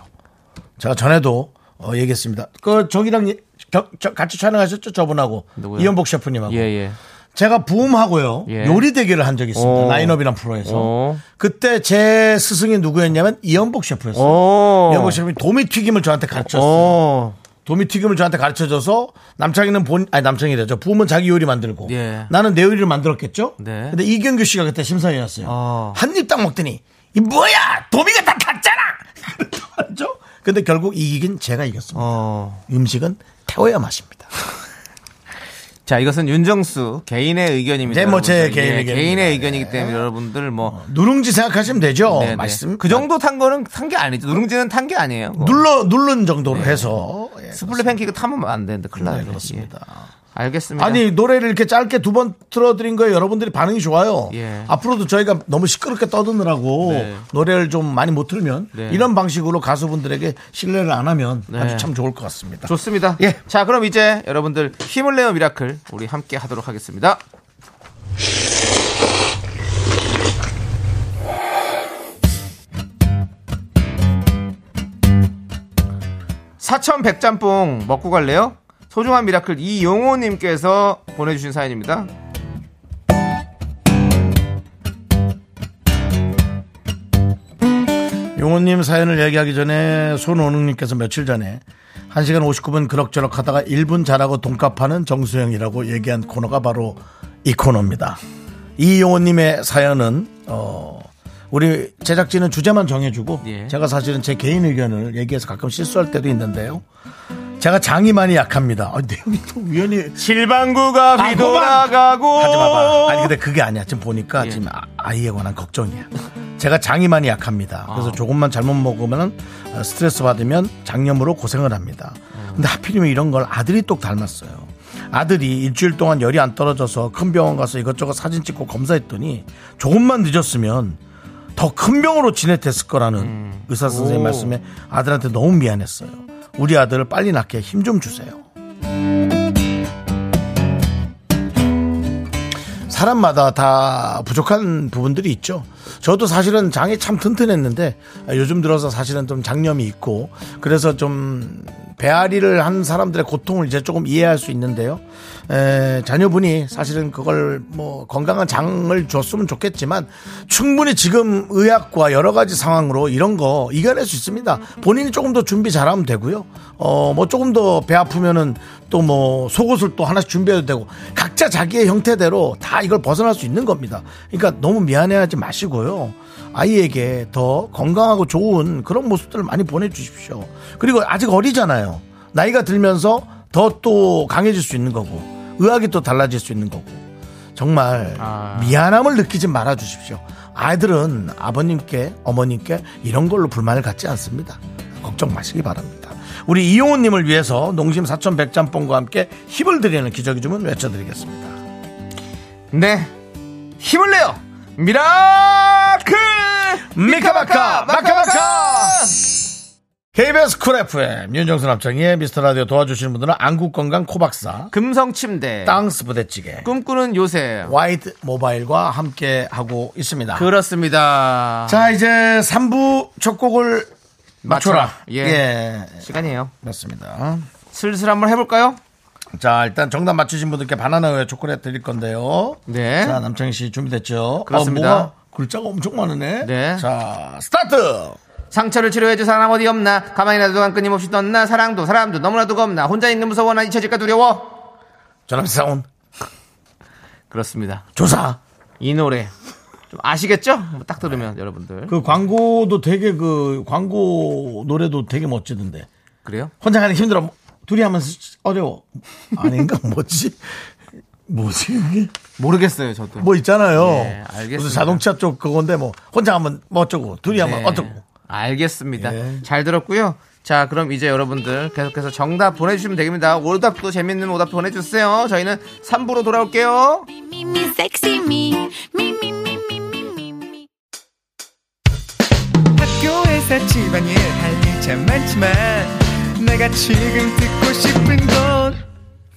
제가 전에도 어, 얘기했습니다. 그 저기랑 이- 겨- 저- 같이 촬영하셨죠 저분하고 누구요? 이현복 셰프님하고 예예. 제가 부음하고요 예. 요리 대결을 한 적이 있습니다. 오. 라인업이란 프로에서 오. 그때 제 스승이 누구였냐면 이현복 셰프였어요. 오. 이현복 셰프님 도미 튀김을 저한테 가르쳤어요. 오. 도미 튀김을 저한테 가르쳐줘서 남창이는 본 아니 남창이래죠. 부음은 자기 요리 만들고 예. 나는 내 요리를 만들었겠죠. 네. 근데 이경규 씨가 그때 심사위원이었어요. 어. 한 입 딱 먹더니 이 뭐야 도미가 다 탔잖아. 맞죠? 근데 결국 이기긴 제가 이겼습니다. 어. 음식은 태워야 맛입니다. 자, 이것은 윤정수 개인의 의견입니다. 네, 뭐제 여러분들. 개인 예, 의견입니다. 네. 개인의 의견이기 때문에 여러분들 뭐 누룽지 생각하시면 되죠. 네, 네. 말씀 그 정도 탄 거는 탄 게 아니죠. 누룽지는 탄 게 아니에요. 뭐. 눌러 누른 정도로 해서 예, 스플릿 팬케이크 타면 안 되는데 큰일 나요. 네, 그렇습니다. 예. 알겠습니다. 아니 노래를 이렇게 짧게 두 번 틀어드린 거에 여러분들이 반응이 좋아요. 예. 앞으로도 저희가 너무 시끄럽게 떠드느라고 네. 노래를 좀 많이 못 틀면 네. 이런 방식으로 가수분들에게 신뢰를 안 하면 아주 참 좋을 것 같습니다. 좋습니다. 예. 자, 그럼 이제 여러분들 힘을 내어 미라클 우리 함께 하도록 하겠습니다. 사천 백짬뽕 먹고 갈래요? 소중한 미라클 이용호님께서 보내주신 사연입니다. 용호님 사연을 얘기하기 전에 손원웅님께서 며칠 전에 1시간 59분 그럭저럭 하다가 1분 잘하고 돈값 하는 정수영이라고 얘기한 코너가 바로 이 코너입니다. 이 용호님의 사연은, 어, 우리 제작진은 주제만 정해주고 예. 제가 사실은 제 개인 의견을 얘기해서 가끔 실수할 때도 있는데요. 제가 장이 많이 약합니다. 아, 내용이 또 우연히 실방구가 아, 뒤돌아가고 하지 마봐. 아니 근데 그게 아니야. 지금 보니까 어. 예. 지금 아- 아이에 관한 걱정이야. 제가 장이 많이 약합니다. 아. 그래서 조금만 잘못 먹으면 스트레스 받으면 장염으로 고생을 합니다. 근데 하필이면 이런 걸 아들이 똑 닮았어요. 아들이 일주일 동안 열이 안 떨어져서 큰 병원 가서 이것저것 사진 찍고 검사했더니 조금만 늦었으면 더 큰 병으로 지냈댔을 거라는 의사 선생님 음. 오. 말씀에 아들한테 너무 미안했어요. 우리 아들을 빨리 낫게 힘 좀 주세요. 사람마다 다 부족한 부분들이 있죠. 저도 사실은 장이 참 튼튼했는데 요즘 들어서 사실은 좀 장염이 있고 그래서 좀 배앓이를 한 사람들의 고통을 이제 조금 이해할 수 있는데요. 에, 자녀분이 사실은 그걸 뭐 건강한 장을 줬으면 좋겠지만 충분히 지금 의학과 여러 가지 상황으로 이런 거 이겨낼 수 있습니다. 본인이 조금 더 준비 잘하면 되고요. 어, 뭐 조금 더 배 아프면은 또 뭐 속옷을 또 하나씩 준비해도 되고 각자 자기의 형태대로 다 이걸 벗어날 수 있는 겁니다. 그러니까 너무 미안해하지 마시고요. 아이에게 더 건강하고 좋은 그런 모습들을 많이 보내주십시오. 그리고 아직 어리잖아요. 나이가 들면서 더 또 강해질 수 있는 거고 의학이 또 달라질 수 있는 거고 정말 아. 미안함을 느끼지 말아 주십시오. 아이들은 아버님께 어머님께 이런 걸로 불만을 갖지 않습니다. 걱정 마시기 바랍니다. 우리 이용호님을 위해서 농심 사천 백짬뽕과 함께 힘을 드리는 기적의 주문 외쳐드리겠습니다. 네 힘을 내요 미라클 미카마카 마카마카 KBS 쿨 FM 윤정수 남창희의 미스터라디오 도와주시는 분들은 안국건강 코박사 금성침대 땅스 부대찌개 꿈꾸는 요새 와이드 모바일과 함께 하고 있습니다. 그렇습니다 아. 자 이제 3부 첫 곡을 맞춰라. 맞춰라. 예. 시간이에요 맞습니다. 슬슬 한번 해볼까요 자 일단 정답 맞추신 분들께 바나나 우유 초콜릿 드릴 건데요. 네. 자 남창희 씨 준비됐죠? 그렇습니다. 어, 뭐가 글자가 엄청 많으네. 네. 자 스타트. 상처를 치료해줄 사람 어디 없나 가만히라도 안 끊임없이 떴나 사랑도 사람도 너무나도 겁나 혼자 있는 무서워 난 잊혀질까 두려워 전남사원 그렇습니다 조사. 이 노래 좀 아시겠죠 딱 들으면 여러분들 그 광고도 되게 그 광고 노래도 되게 멋지던데. 그래요 혼자 하는 게 힘들어. 둘이 하면 스- 어려워. 아닌가 뭐지? 뭐지 이게? 모르겠어요 저도 뭐 있잖아요. 예, 알겠습니다. 무슨 자동차 쪽 그건데 뭐 혼자 하면 뭐 어쩌고 둘이 하면 네. 어쩌고. 알겠습니다. 예. 잘 들었고요. 자, 그럼 이제 여러분들 계속해서 정답 보내주시면 되겠습니다. 오답도 재밌는 오답 보내주세요. 저희는 3부로 돌아올게요. 미미 섹시 미 미미미미미미 학교에서 집안일 할 일 참 많지만 내가 지금 듣고 싶은 건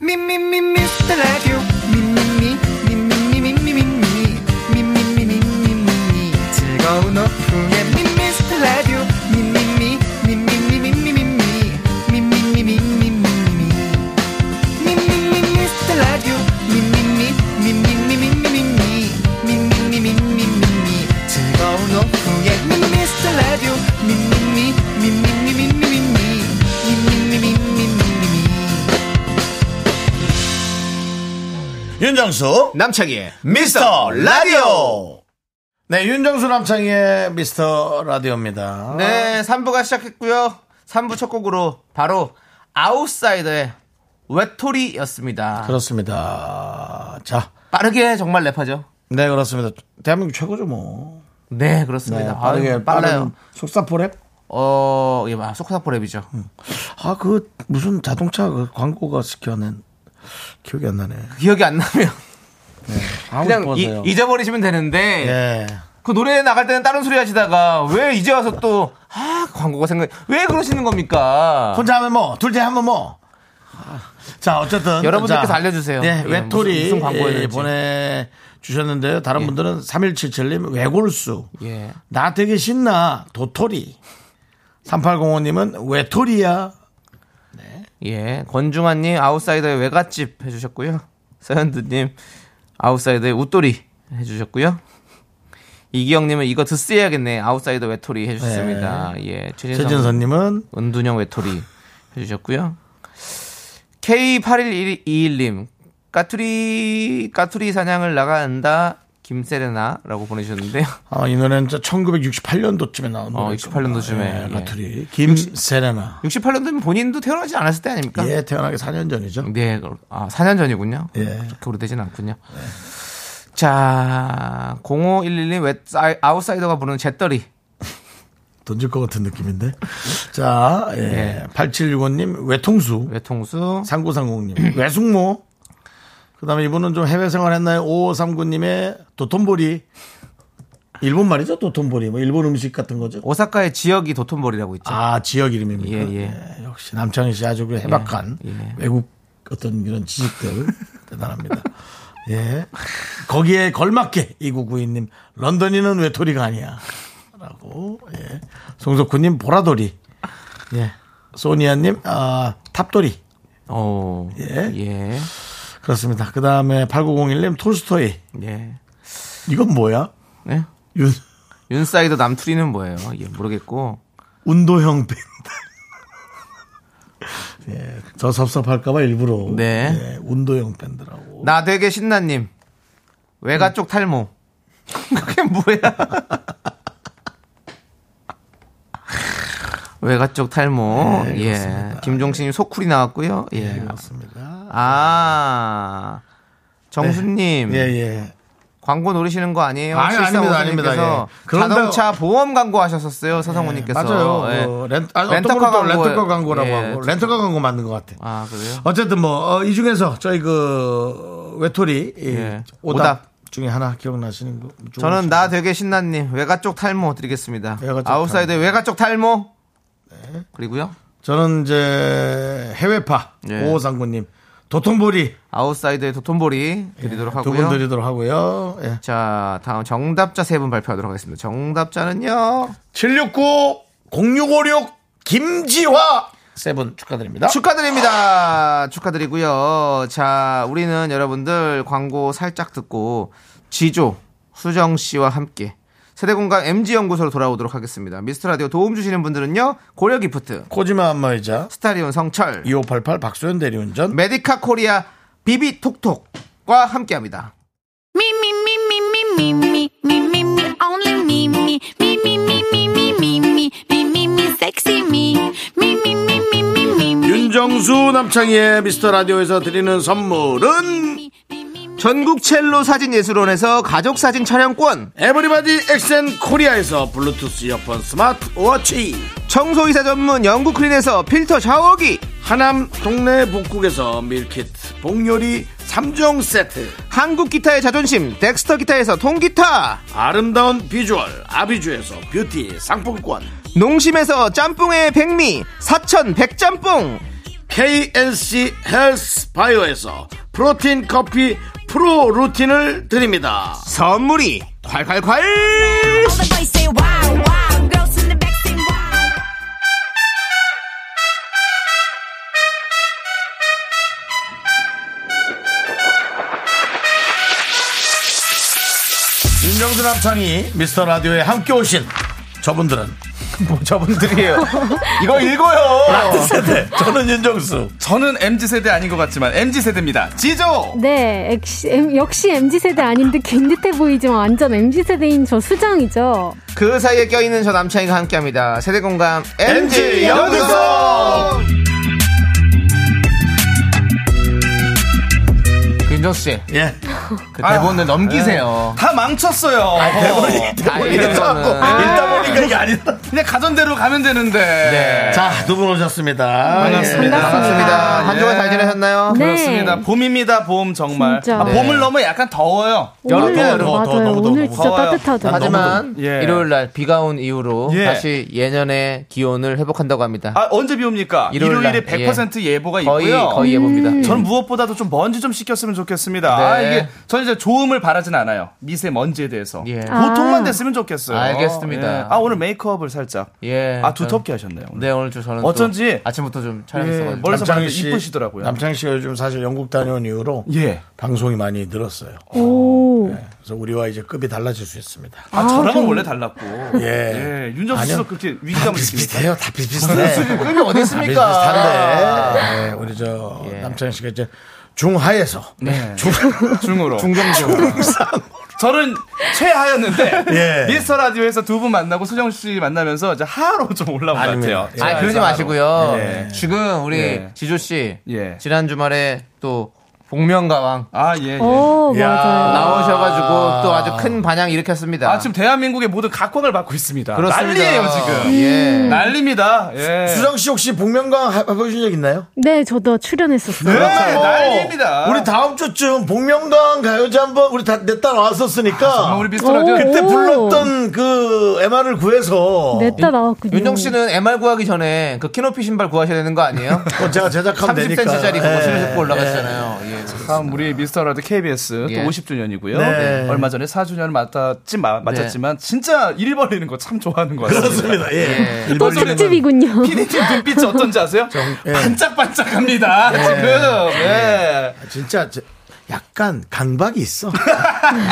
미미미 미스터 라디오 미미미 미미미 미미미 미미미 미미미 즐거운 오후에 미스터 라디오 미미미 미미미 미미미 미미미 미미미 미미미 미스터 라디오 미미미 미미미 미미미 미미미 미미미 즐거운 오후에 미스터 라디오 미미미 미미미 미미미 미미미 미미미 윤정수 남창희의 미스터 라디오. 네, 윤정수 남창희의 미스터 라디오입니다. 네, 3부가 시작했고요. 3부 첫 곡으로 바로 아웃사이더의 외톨이였습니다. 그렇습니다. 자, 빠르게 정말 랩하죠. 네 그렇습니다. 대한민국 최고죠 뭐. 네, 그렇습니다. 네, 아, 빠르게 빨라요. 빠른 속사포 랩. 어, 예, 아, 소크사포 랩이죠. 아 그 무슨 자동차 그 광고가 시켜낸 기억이 안 나네. 그 기억이 안 나면 아무 그냥 뻔하세요. 이, 잊어버리시면 되는데 예. 그 노래 나갈 때는 다른 소리 하시다가 왜 이제 와서 또 아, 광고가 생각 왜 그러시는 겁니까? 혼자 하면 뭐, 둘째 하면 뭐. 아, 자, 어쨌든 여러분들께서 자, 알려주세요. 네, 예, 외톨이 무슨- 무슨 광고였는지. 예, 보내주셨는데요. 다른 분들은 3177님 외골수. 예. 나 되게 신나 도토리. 3805님은 외톨이야. 예, 권중환님 아웃사이더의 외갓집 해주셨고요. 서현두님 아웃사이더의 웃돌이 해주셨고요. 이기영님은 이거 드스해야겠네 아웃사이더 외톨이 해주셨습니다. 예, 최진선 네. 최진선님은 은둔형 외톨이 해주셨고요. K8121님 까투리 까투리 사냥을 나간다 김세레나라고 보내주셨는데요. 아, 이 노래는 1968년도쯤에 나온 어, 노래. 68년도 쯤에, 예. 나투리 김세레나. 68년도면 본인도 태어나지 않았을 때 아닙니까? 예, 태어나기 4년 전이죠. 네, 그럼- 아, 4년 전이군요. 예. 그렇게 오래되진 않군요. 자, 0511님 웹 아웃사이더가 부르는 잿더리. 던질 것 같은 느낌인데. 자, 예. 8765님 외통수. 외통수. 3930님 외숙모. 그다음에 이분은 좀 해외 생활했나요? 5539님의 도톤보리. 일본 말이죠, 도톤보리. 뭐 일본 음식 같은 거죠. 오사카의 지역이 도톤보리라고 있죠. 아 지역 이름입니까? 예, 예. 네, 역시 남창희 씨 아주 그 해박한 예, 예. 외국 어떤 이런 지식들 대단합니다. 예. 거기에 걸맞게 이구구이님 런던이는 외톨이가 아니야라고 예. 송석구님 보라돌이 예. 소니아님 아, 탑돌이 어. 예. 예. 그렇습니다. 그 다음에 8901님 톨스토이 예. 이건 뭐야? 네? 윤 윤사이더 남투리는 뭐예요? 예, 모르겠고. 운도형 밴드. 예, 저 섭섭할까봐 일부러 네. 예, 운도형 밴드라고. 나 되게 신나님. 음. 외가 쪽 탈모. 그게 뭐야? 외가 쪽 탈모. 네, 예. 그렇습니다. 김종신님 소쿨이 나왔고요. 예. 예, 그렇습니다. 아 정수님 예, 예. 광고 노리시는 거 아니에요? 아니, 아닙니다, 7455 님께서 아닙니다, 예. 그런데- 자동차 보험 광고 하셨었어요 서성우님께서 맞아요. 예. 그 렌, 아, 렌터카 렌터카 광고, 광고에- 렌터카 광고라고 예, 하고 렌터카 광고 맞는 것 같아. 아 그래요? 어쨌든 뭐 이 중에서 저희 그 외톨이 이 예. 오답, 오답. 중에 하나 기억나시는 거? 저는 나 되게 신나님 외가 쪽 탈모 드리겠습니다. 외가 쪽 네. 아웃사이드 의 외가 쪽 탈모 그리고요 저는 이제 해외파 예. 오호상구님 도톤보리 아웃사이드의 도톤보리 드리도록 네, 두 분 하고요. 드리도록 하고요. 예. 자 다음 정답자 세 분 발표하도록 하겠습니다. 정답자는요 769 0656 김지화 세분 축하드립니다. 축하드립니다. 축하드리고요. 자, 우리는 여러분들 광고 살짝 듣고 지조 수정 씨와 함께 세대공감 MG 연구소로 돌아오도록 하겠습니다. 미스터 라디오 도움 주시는 분들은요. 고려 기프트, 코지마 안마의자 스타리온 성철, 2588 박소현 대리운전 메디카 코리아 비비톡톡과 함께합니다. Me, me, me, me, me, me, me, me, me, me, only me, me, me, me, me, me, me, me, me, me, me, me, sexy me, me, me, me, me, me, me, me, 윤정수 남창희의 미스터 라디오에서 드리는 선물은 전국 첼로 사진 예술원에서 가족 사진 촬영권, 에브리바디 엑센 코리아에서 블루투스 이어폰 스마트워치 청소이사 전문 영국 클린에서 필터 샤워기, 하남 동네 북국에서 밀키트 복요리 3종 세트 한국 기타의 자존심 덱스터 기타에서 통기타, 아름다운 비주얼 아비주에서 뷰티 상품권 농심에서 짬뽕의 백미 사천 백짬뽕 KNC 헬스 바이오에서 프로틴 커피 프로 루틴을 드립니다. 선물이 콸콸콸 all the boys say wow, wow, girls in the back say wow. 윤정수 남창이 미스터 라디오에 함께 오신 저분들은 뭐 저분들이에요. 이거 읽어요 세대 저는 윤정수. 저는 MZ 세대 아닌 것 같지만 MZ 세대입니다. 지조. 네, 역시, M- 역시 MZ세대 아닌 듯 긴 듯해 보이지만 완전 MZ세대인 저 수장이죠. 그 사이에 껴있는 저 남창이가 함께합니다 세대공감 MG MG 연구소! 연구소 윤정수 씨. 예. 그 대본을 넘기세요. 다 망쳤어요. 아, 네. 대본이 대본이 이런 있어갖고 거는. 읽다 보니까 이게 아니다. 그냥 가전대로 가면 되는데. 네. 자, 두 분 오셨습니다. 반갑습니다. 예. 반갑습니다. 한 주간 예. 잘 지내셨나요? 네. 그렇습니다. 봄입니다. 봄 정말. 진짜. 아, 네. 봄을 넘어 약간 더워요. 오늘 여름이야, 여름. 맞아요. 더, 더, 너무, 오늘 너무 진짜 더워요. 따뜻하다. 하지만 예. 일요일 날 비가 온 이후로 예. 다시 예년의 기온을 회복한다고 합니다. 아 언제 비 옵니까? 일요일 날. 일요일에 100% 예. 보가 거의 있고요. 거의 해봅니다. 저는 무엇보다도 좀 먼지 좀 씻겼으면 좋겠습니다. 아, 네. 이게 저는 이제 조음을 바라진 않아요. 미세먼지에 대해서 예. 보통만 아. 됐으면 좋겠어요. 알겠습니다. 예. 아 오늘 메이크업을 살짝. 예. 아 두텁게 하셨네요. 오늘. 네 오늘 좀 저는 어쩐지. 또 아침부터 좀 예. 촬영했어가지고 멀리서 남창희 봤는데 씨 이쁘시더라고요. 남창희 씨가 요즘 사실 영국 다녀온 이후로 예. 방송이 많이 늘었어요. 네. 오. 그래서 우리와 이제 급이 달라질 수 있습니다. 아, 저랑은 원래 달랐고. 예. 예. 윤정수 씨도 아니요. 그렇게 위기감을 느낍니까? 비슷비슷해요. 다 비슷비슷해. 꿈이 어디 비슷비슷한데 아. 예, 우리 저 남창희 씨가 이제 중하에서 네. 중 예. 중으로. 중정중. 저는 최하였는데 예. 미스터 라디오에서 두 분 만나고 수정 씨 만나면서 이제 하로 좀 올라온 것 아닙니다. 같아요. 아 그러지 하로. 마시고요. 예. 지금 우리 예. 지조 씨 예. 지난 주말에 또 복면가왕 아 예. 예. 오, 야. 어, 맞아요. 나오셔가지고 또 아주 큰 반향 일으켰습니다. 아 지금 대한민국의 모든 각광을 받고 있습니다. 그렇습니다. 난리예요 지금. 예. 난리입니다. 예. 수정 씨 혹시 복면가왕 하- 해보신 적 있나요? 네, 저도 출연했었어요. 네, 난리입니다. 우리 다음 주쯤 복면가왕 가요제 한번 우리 다 내 딸 왔었으니까 아, 우리 미스터 라디오 오. 그때 불렀던 그 MR을 구해서 냈다 네, 나왔군요. 윤정 씨는 MR 구하기 전에 그 키높이 신발 구하셔야 되는 거 아니에요? 어, 그거 제가 제작하면 되니까 30cm짜리 예. 그거 신고 올라가시잖아요. 예. 다음 우리 미스터 라디오 KBS 예. 또 50주년이고요. 네. 얼마 전에 4주년을 맞았지 마- 맞았지만 네. 진짜 일 벌리는 거 참 좋아하는 것 같습니다. 그렇습니다. 예. 네. 예. 또 특집이군요. 피디님 눈빛이 어떤지 아세요? 반짝반짝합니다. 지금. 예. 진짜 저- 약간 강박이 있어.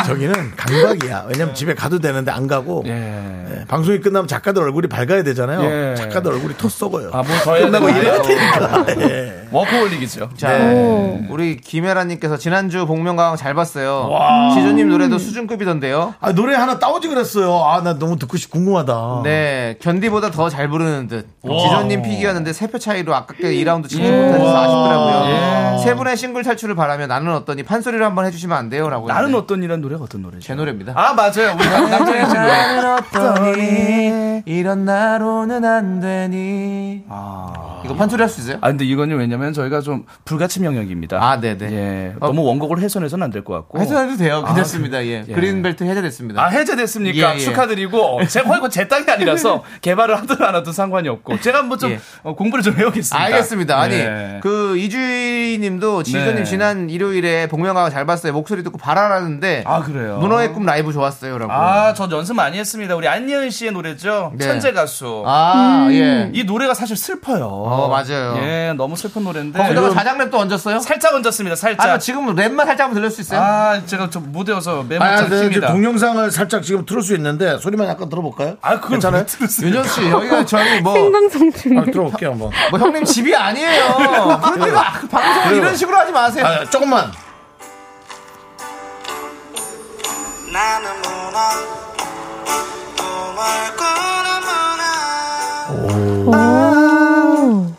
저기는 강박이야. 네. 왜냐면 집에 가도 되는데 안 가고 예, 방송이 끝나면 작가들 얼굴이 밝아야 되잖아요. 예. 작가들 얼굴이 토 썩어요. 아, 뭐더 해야 끝나고 되나요? 일해야 되니까. 예. 워커홀릭이죠. 자, 네. 오. 우리 김혜라님께서 지난주 복면가왕 잘 봤어요. 지조님 노래도 수준급이던데요. 아, 노래 하나 따오지 그랬어요. 아, 나 너무 듣고 싶 어. 궁금하다. 네, 견디보다 더 잘 부르는 듯. 지조님 픽이었는데 세 표 차이로 아깝게 2라운드 예. 치지 못해서 아쉽더라고요. 세 분의 싱글 탈출을 바라며 나는 어떠니 판소리를 한번 해주시면 안 돼요? 라고. 나는 했는데 어떤 이란 노래가 어떤 노래죠? 제 노래입니다. 네. 아, 맞아요. 우리 남자의 노래. 나는 어떠니 이런 나로는 안 되니 이거 판소리 할 수 있어요? 아, 근데 이거는 왜냐면 저희가 좀 불가침 영역입니다. 아, 네네. 예. 너무 원곡을 훼손해서는 안 될 것 같고. 해제해도 돼요 괜찮습니다 예. 그린벨트 해제됐습니다 아, 해제됐습니까? 예, 예. 축하드리고. 어, 제가 이거 제 땅이 아니라서 개발을 하든 안 하든 상관이 없고. 제가 한번 좀 예. 어, 공부를 좀 해오겠습니다. 알겠습니다 아니 예. 그 이주희님도 지주님 네. 지난 일요일에 복면가가 잘 봤어요 목소리 듣고 바라라는데 아, 그래요? 문어의 꿈 라이브 좋았어요라고 아, 전 연습 많이 했습니다. 우리 안예은 씨의 노래죠. 네. 천재 가수. 아예 이 노래가 사실 슬퍼요. 어, 맞아요. 어, 예, 너무 슬픈 노래인데. 거기다가 자장랩도 얹었어요? 살짝 얹었습니다. 살짝. 아 지금 랩만 살짝 한번 들릴 수 있어요? 아, 제가 좀 무대여서 메모 아, 잘 네, 이제 칩니다. 동영상을 살짝 지금 틀을 수 있는데 소리만 약간 들어볼까요? 아, 그걸 괜찮아요? 왜 들었어요? 윤정 씨 여기가 저희 뭐 생방송 중에. 아, 들어볼게요, 한번. 뭐 형님 집이 아니에요. 그런 데가 방송을 이런 식으로 하지 마세요. 아, 조금만. 오.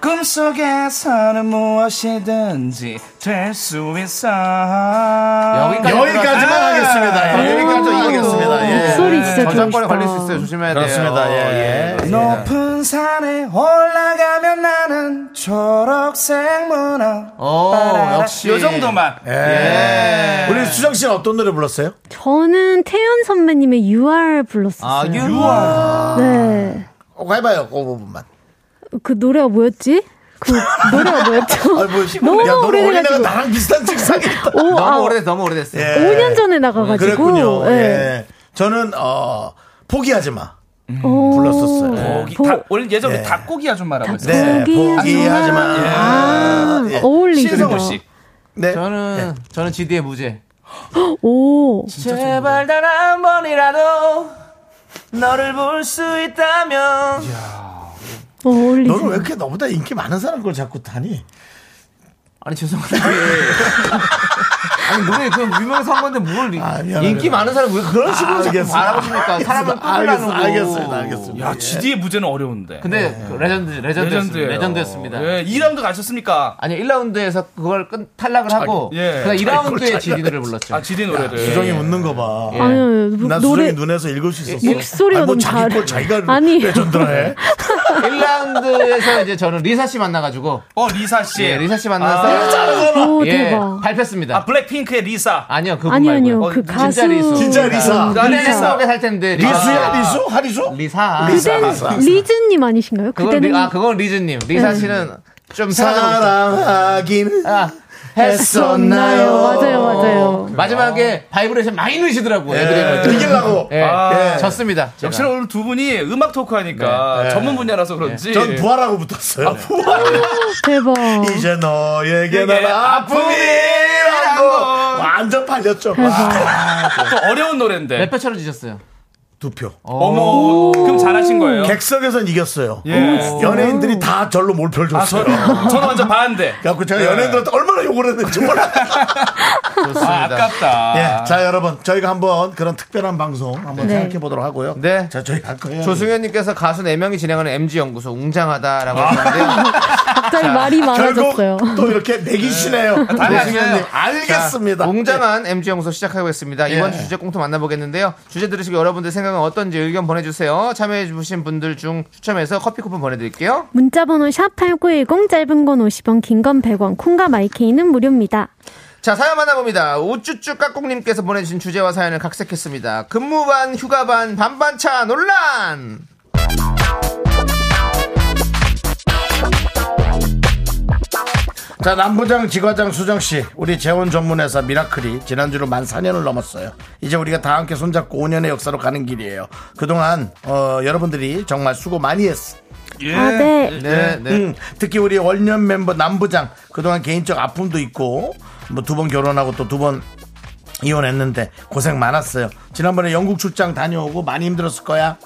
꿈속에서는 무엇이든지 될 수 있어. 아, 여기까지 여기까지만 하겠습니다. 예, 여기까지 오. 하겠습니다. 예. 목소리 진짜 저작권에 좋으시다. 걸릴 수 있어요. 조심해야 돼요. 그렇습니다. 예. 높은 산에 올라가면 나는 초록색 문어. 예. 오, 역시. 요 정도만. 예. 우리 수정 씨는 어떤 노래 불렀어요? 저는 태연 선배님의 UR 아, 불렀었어요. 유아. 네. 꼭 해봐요, 그 부분만. 그 노래가 뭐였지? 그 노래가 아, 뭐였죠? 뭐, 너무 야, 너는 원래 내가 오래돼가지고. 나랑 비슷한 증상이 있다. 오, 너무 아, 오래, 너무 오래됐어요. 예. 5년 전에 나가가지고. 그랬군요. 예. 예. 저는, 어, 포기하지 마. 음. 음, 오. 불렀었어요. 고기, 보- 닭, 원래 예전에 닭고기 아줌마라고 했어요. 네, 포기하지 포기하지 마. 마. 아, 예. 어울리죠. 신성우 씨. 네. 저는, 저는 GD의 무죄. 오. 어, 제발 단 한 번이라도 너를 볼 수 있다면. 어울리죠. 너는 왜 이렇게 너보다 인기 많은 사람 걸 자꾸 타니? 아니, 죄송한데. 아니 노래 그 유명해서 한 건데 뭘 아, 미안합니다. 인기 많은 사람 왜 그런 식으로 자꾸 알겠습니다. 바라보십니까? 사람은 알겠습니다. 똥이라는 거. 알겠습니다. 알겠습니다. 예. 야, GD의 무죄는 어려운데. 근데 그 레전드 레전드 레전드예요. 레전드였습니다. 예, 2라운드 가셨습니까? 아니 1라운드에서 그걸 끝 탈락을 하고 예. 그다음 2라운드에 지디를 불렀죠. 아, GD 노래를. 수정이 웃는 거 봐. 예. 아니, 난 노래 수정이 눈에서 읽을 수 있었어. 목소리가 아니, 뭐 너무 자기 걸 잘. 자기가 아니. 레전드라 해. 1라운드에서 이제 저는 리사 씨 만나가지고 어, 리사 씨. 예, 리사 씨 만나서 오 예, 대박. 밟혔습니다. 아, 블랙핑크의 리사. 아, 니요 그분 아니요, 말고요. 아니요. 그 진짜 가수. 아, 리수. 진짜 리사. 나 리사 리사. 속에 살 텐데 리수야 리수? 하리수? 리사. 리사. 그땐 리즈님 아니신가요? 그건 리, 그때는 네. 아 그건 리즈님. 리사 씨는 좀 생각하고 사랑하긴 있- 아, 했었나요? 맞아요, 어. 맞아요. 마지막에 바이브레이션 많이 넣으시더라고요. 네, 예, 애들이 이기려고. 예, 아. 예. 졌습니다. 제가. 역시나 오늘 두 분이 음악 토크하니까 네. 전문 분야라서 그런지. 예. 전 부활하고 아, 붙었어요. 대박. 이제 너에게 난 이게 아픔이라고 완전 팔렸죠. 와, 또 어려운 노래인데. 몇 표차로 지셨어요? 두 표. 어머, 그럼 잘하신 거예요. 객석에선 이겼어요. 예. 연예인들이 다 절로 몰표를 아, 줬어요. 저, 저는 완전 반대. 그래갖고 제가 연예인들한테 얼마나 욕을 했는지 몰라. 아, 아깝다. 예, 자 여러분 저희가 한번 그런 특별한 방송 한번 네. 생각해 보도록 하고요. 네. 자 저희 할 거예요. 조승현님께서 가수 4명이 진행하는 MG연구소 웅장하다라고 하셨는데 갑자기 말이 결국 많아졌어요. 또 이렇게 매기시네요. 조승현님 알겠습니다. 예. 웅장한 MG연구소 시작하고 있습니다. 이번 주 주제 꽁트 만나보겠는데요. 주제 들으시고 여러분들 생각은 어떤지 의견 보내주세요. 참여해주신 분들 중 추첨해서 커피 쿠폰 보내드릴게요. 문자번호 샵8910 짧은 건 50원, 긴 건 100원, 콩과 마이케이는 무료입니다. 자, 사연 만나봅니다. 우쭈쭈 깍꿍님께서 보내주신 주제와 사연을 각색했습니다. 근무반, 휴가반, 반반차 논란! 자 남부장 지과장 수정 씨, 우리 재원 전문회사 미라클이 지난주로 만 4년을 넘었어요. 이제 우리가 다 함께 손잡고 5년의 역사로 가는 길이에요. 그동안 어, 여러분들이 정말 수고 많이 했어. 아, 네. 네, 네. 음, 특히 우리 월년 멤버 남부장 그동안 개인적 아픔도 있고 뭐 두 번 결혼하고 또 두 번 이혼했는데 고생 많았어요. 지난번에 영국 출장 다녀오고 많이 힘들었을 거야.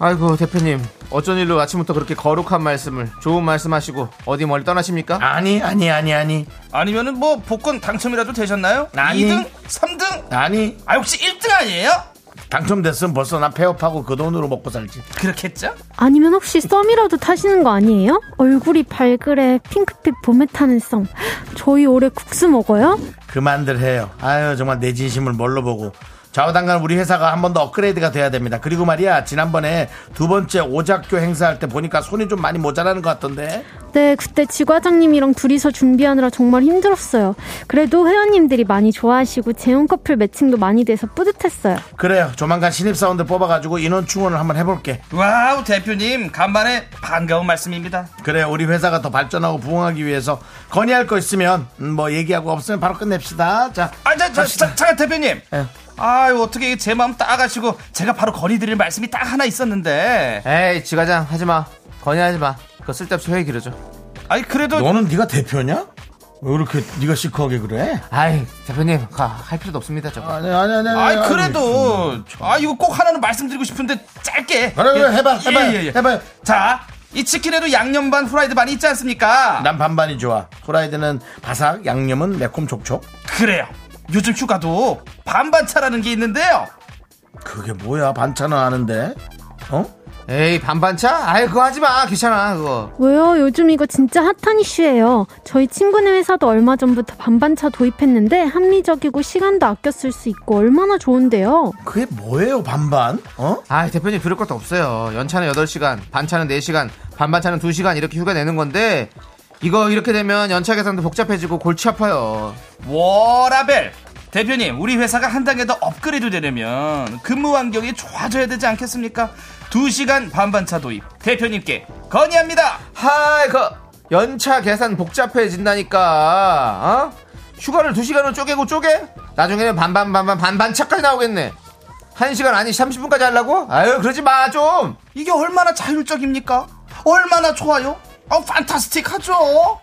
아이고, 대표님. 어쩐 일로 아침부터 그렇게 거룩한 말씀을, 좋은 말씀 하시고, 어디 멀리 떠나십니까? 아니 아니 아니 아니 아니면은 뭐 복권 당첨이라도 되셨나요? 아니. 2등? 3등? 아니 아, 혹시 1등 아니에요? 당첨됐으면 벌써 나 폐업하고 그 돈으로 먹고 살지. 그렇겠죠? 아니면 혹시 썸이라도 타시는 거 아니에요? 얼굴이 발그레 핑크빛 봄에 타는 썸. 저희 올해 국수 먹어요? 그만들 해요. 아유 정말 내 진심을 뭘로 보고. 좌우당간 우리 회사가 한 번 더 업그레이드가 돼야 됩니다. 그리고 말이야 지난번에 두 번째 오작교 행사할 때 보니까 손이 좀 많이 모자라는 것 같던데. 네, 그때 지과장님이랑 둘이서 준비하느라 정말 힘들었어요. 그래도 회원님들이 많이 좋아하시고 재혼 커플 매칭도 많이 돼서 뿌듯했어요. 그래요. 조만간 신입사원들 뽑아가지고 인원 충원을 한번 해볼게. 와우, 대표님. 간만에 반가운 말씀입니다. 그래 우리 회사가 더 발전하고 부흥하기 위해서 건의할 거 있으면 음, 뭐 얘기하고 없으면 바로 끝냅시다. 예. 자, 아, 저, 저, 자, 잠깐 대표님. 아유, 어떻게 제 마음 따가시고 제가 바로 건의드릴 말씀이 딱 하나 있었는데. 에이, 지과장, 하지 마. 건의하지 마. 그거 쓸데없이 회의 길어져. 아니, 그래도 너는 네가 대표냐? 왜 이렇게 네가 시크하게 그래? 아이, 대표님, 가, 할 필요도 없습니다, 저거. 아니 아니 아니. 아니, 아이 아니. 그래도 아 이거 꼭 하나는 말씀드리고 싶은데 짧게 그래 그래 해봐 예, 해봐 예, 예. 해봐. 자, 이 치킨에도 양념 반 후라이드 반이 있지 않습니까? 난 반반이 좋아. 후라이드는 바삭, 양념은 매콤 촉촉. 그래요. 요즘 휴가도 반반차라는 게 있는데요. 그게 뭐야? 반찬은 아는데. 어? 에이, 반반차? 아이, 그거 하지 마. 귀찮아, 그거. 왜요? 요즘 이거 진짜 핫한 이슈예요. 저희 친구네 회사도 얼마 전부터 반반차 도입했는데 합리적이고 시간도 아껴 쓸 수 있고 얼마나 좋은데요. 그게 뭐예요? 반반? 어? 아 대표님 들을 것도 없어요 연차는 8시간 반차는 4시간 반반차는 2시간 이렇게 휴가 내는 건데 이거 이렇게 되면 연차 계산도 복잡해지고 골치 아파요 워라벨 대표님, 우리 회사가 한 단계 더 업그레이드 되려면 근무 환경이 좋아져야 되지 않겠습니까? 2시간 반반차 도입 대표님께 건의합니다. 하이 그 연차 계산 복잡해진다니까 어? 휴가를 2시간으로 쪼개고 쪼개? 나중에는 반반 반반 반반차까지 나오겠네 1시간 아니 30분까지 하려고? 아유 그러지 마좀 이게 얼마나 자율적입니까? 얼마나 좋아요? 어, 판타스틱하죠?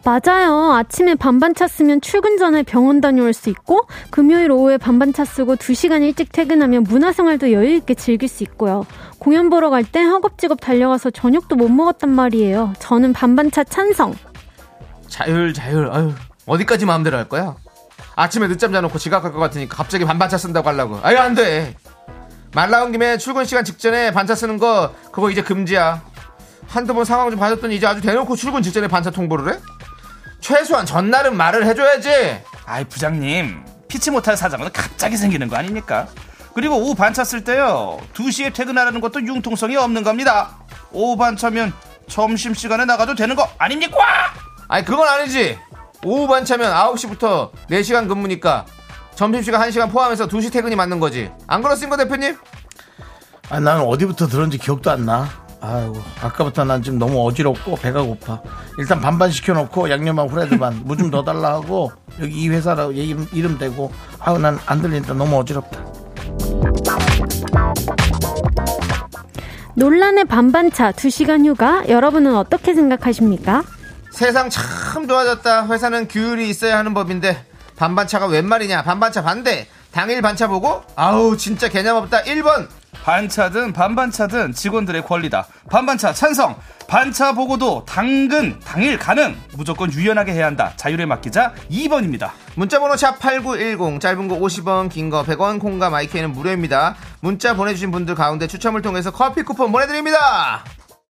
맞아요. 아침에 반반차 쓰면 출근 전에 병원 다녀올 수 있고 금요일 오후에 반반차 쓰고 2시간 일찍 퇴근하면 문화생활도 여유 있게 즐길 수 있고요. 공연 보러 갈 때 허겁지겁 달려가서 저녁도 못 먹었단 말이에요. 저는 반반차 찬성. 자율 자율 아유 어디까지 마음대로 할 거야? 아침에 늦잠 자놓고 지각할 것 같으니 갑자기 반반차 쓴다고 하려고. 아유, 안 돼. 말 나온 김에 출근 시간 직전에 반차 쓰는 거, 그거 이제 금지야. 한두 번 상황 좀 봐줬더니 이제 아주 대놓고 출근 직전에 반차 통보를 해? 최소한 전날은 말을 해줘야지. 아이 부장님 피치 못할 사정은 갑자기 생기는 거 아닙니까? 그리고 오후 반차 쓸 때요 2시에 퇴근하라는 것도 융통성이 없는 겁니다 오후 반차면 점심시간에 나가도 되는 거 아닙니까? 아니 그건 아니지 오후 반차면 9시부터 4시간 근무니까 점심시간 1시간 포함해서 2시 퇴근이 맞는 거지 안 그렇습니까 대표님? 아, 나는 어디부터 들었는지 기억도 안 나. 아이고, 아까부터 난 지금 너무 어지럽고 배가 고파. 일단 반반 시켜놓고 양념하고 후라이드 반, 무 좀 더 달라 하고 여기 이 회사라고 이름, 이름 대고 아우 난 안 들리니까 너무 어지럽다. 논란의 반반차 2시간 휴가 여러분은 어떻게 생각하십니까? 세상 참 좋아졌다 회사는 규율이 있어야 하는 법인데 반반차가 웬 말이냐 반반차 반대 당일 반차 보고 아우 진짜 개념 없다 1번 반차든 반반차든 직원들의 권리다 반반차 찬성 반차 보고도 당근 당일 가능 무조건 유연하게 해야 한다 자율에 맡기자 2번입니다 문자번호 샵8910 짧은 거 50원 긴 거 100원 콩과 마이크에는 무료입니다 문자 보내주신 분들 가운데 추첨을 통해서 커피 쿠폰 보내드립니다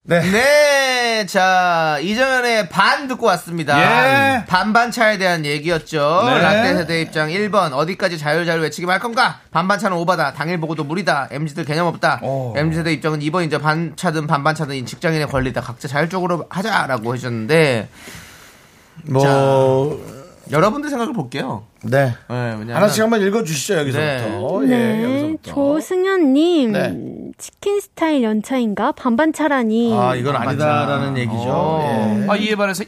네. 네, 자 이전에 반 듣고 왔습니다. 예. 반반차에 대한 얘기였죠. 네. 라떼 세대 입장 1번 어디까지 자율자율 외치기만 할 건가? 반반차는 오바다. 당일 보고도 무리다. MZ들 개념 없다. 어. 오. MZ 세대 입장은 2번이죠. 반차든 반반차든 이 직장인의 권리다. 각자 자율적으로 하자라고 해주셨는데 뭐, 여러분들 생각을 볼게요. 네. 네, 왜냐면 하나씩 한번 읽어주시죠, 여기서부터. 네. 예, 여기서부터. 조승현님 네. 치킨 스타일 연차인가 반반차라니. 아, 이건 아니다라는 얘기죠. 예. 아, 이에 반해서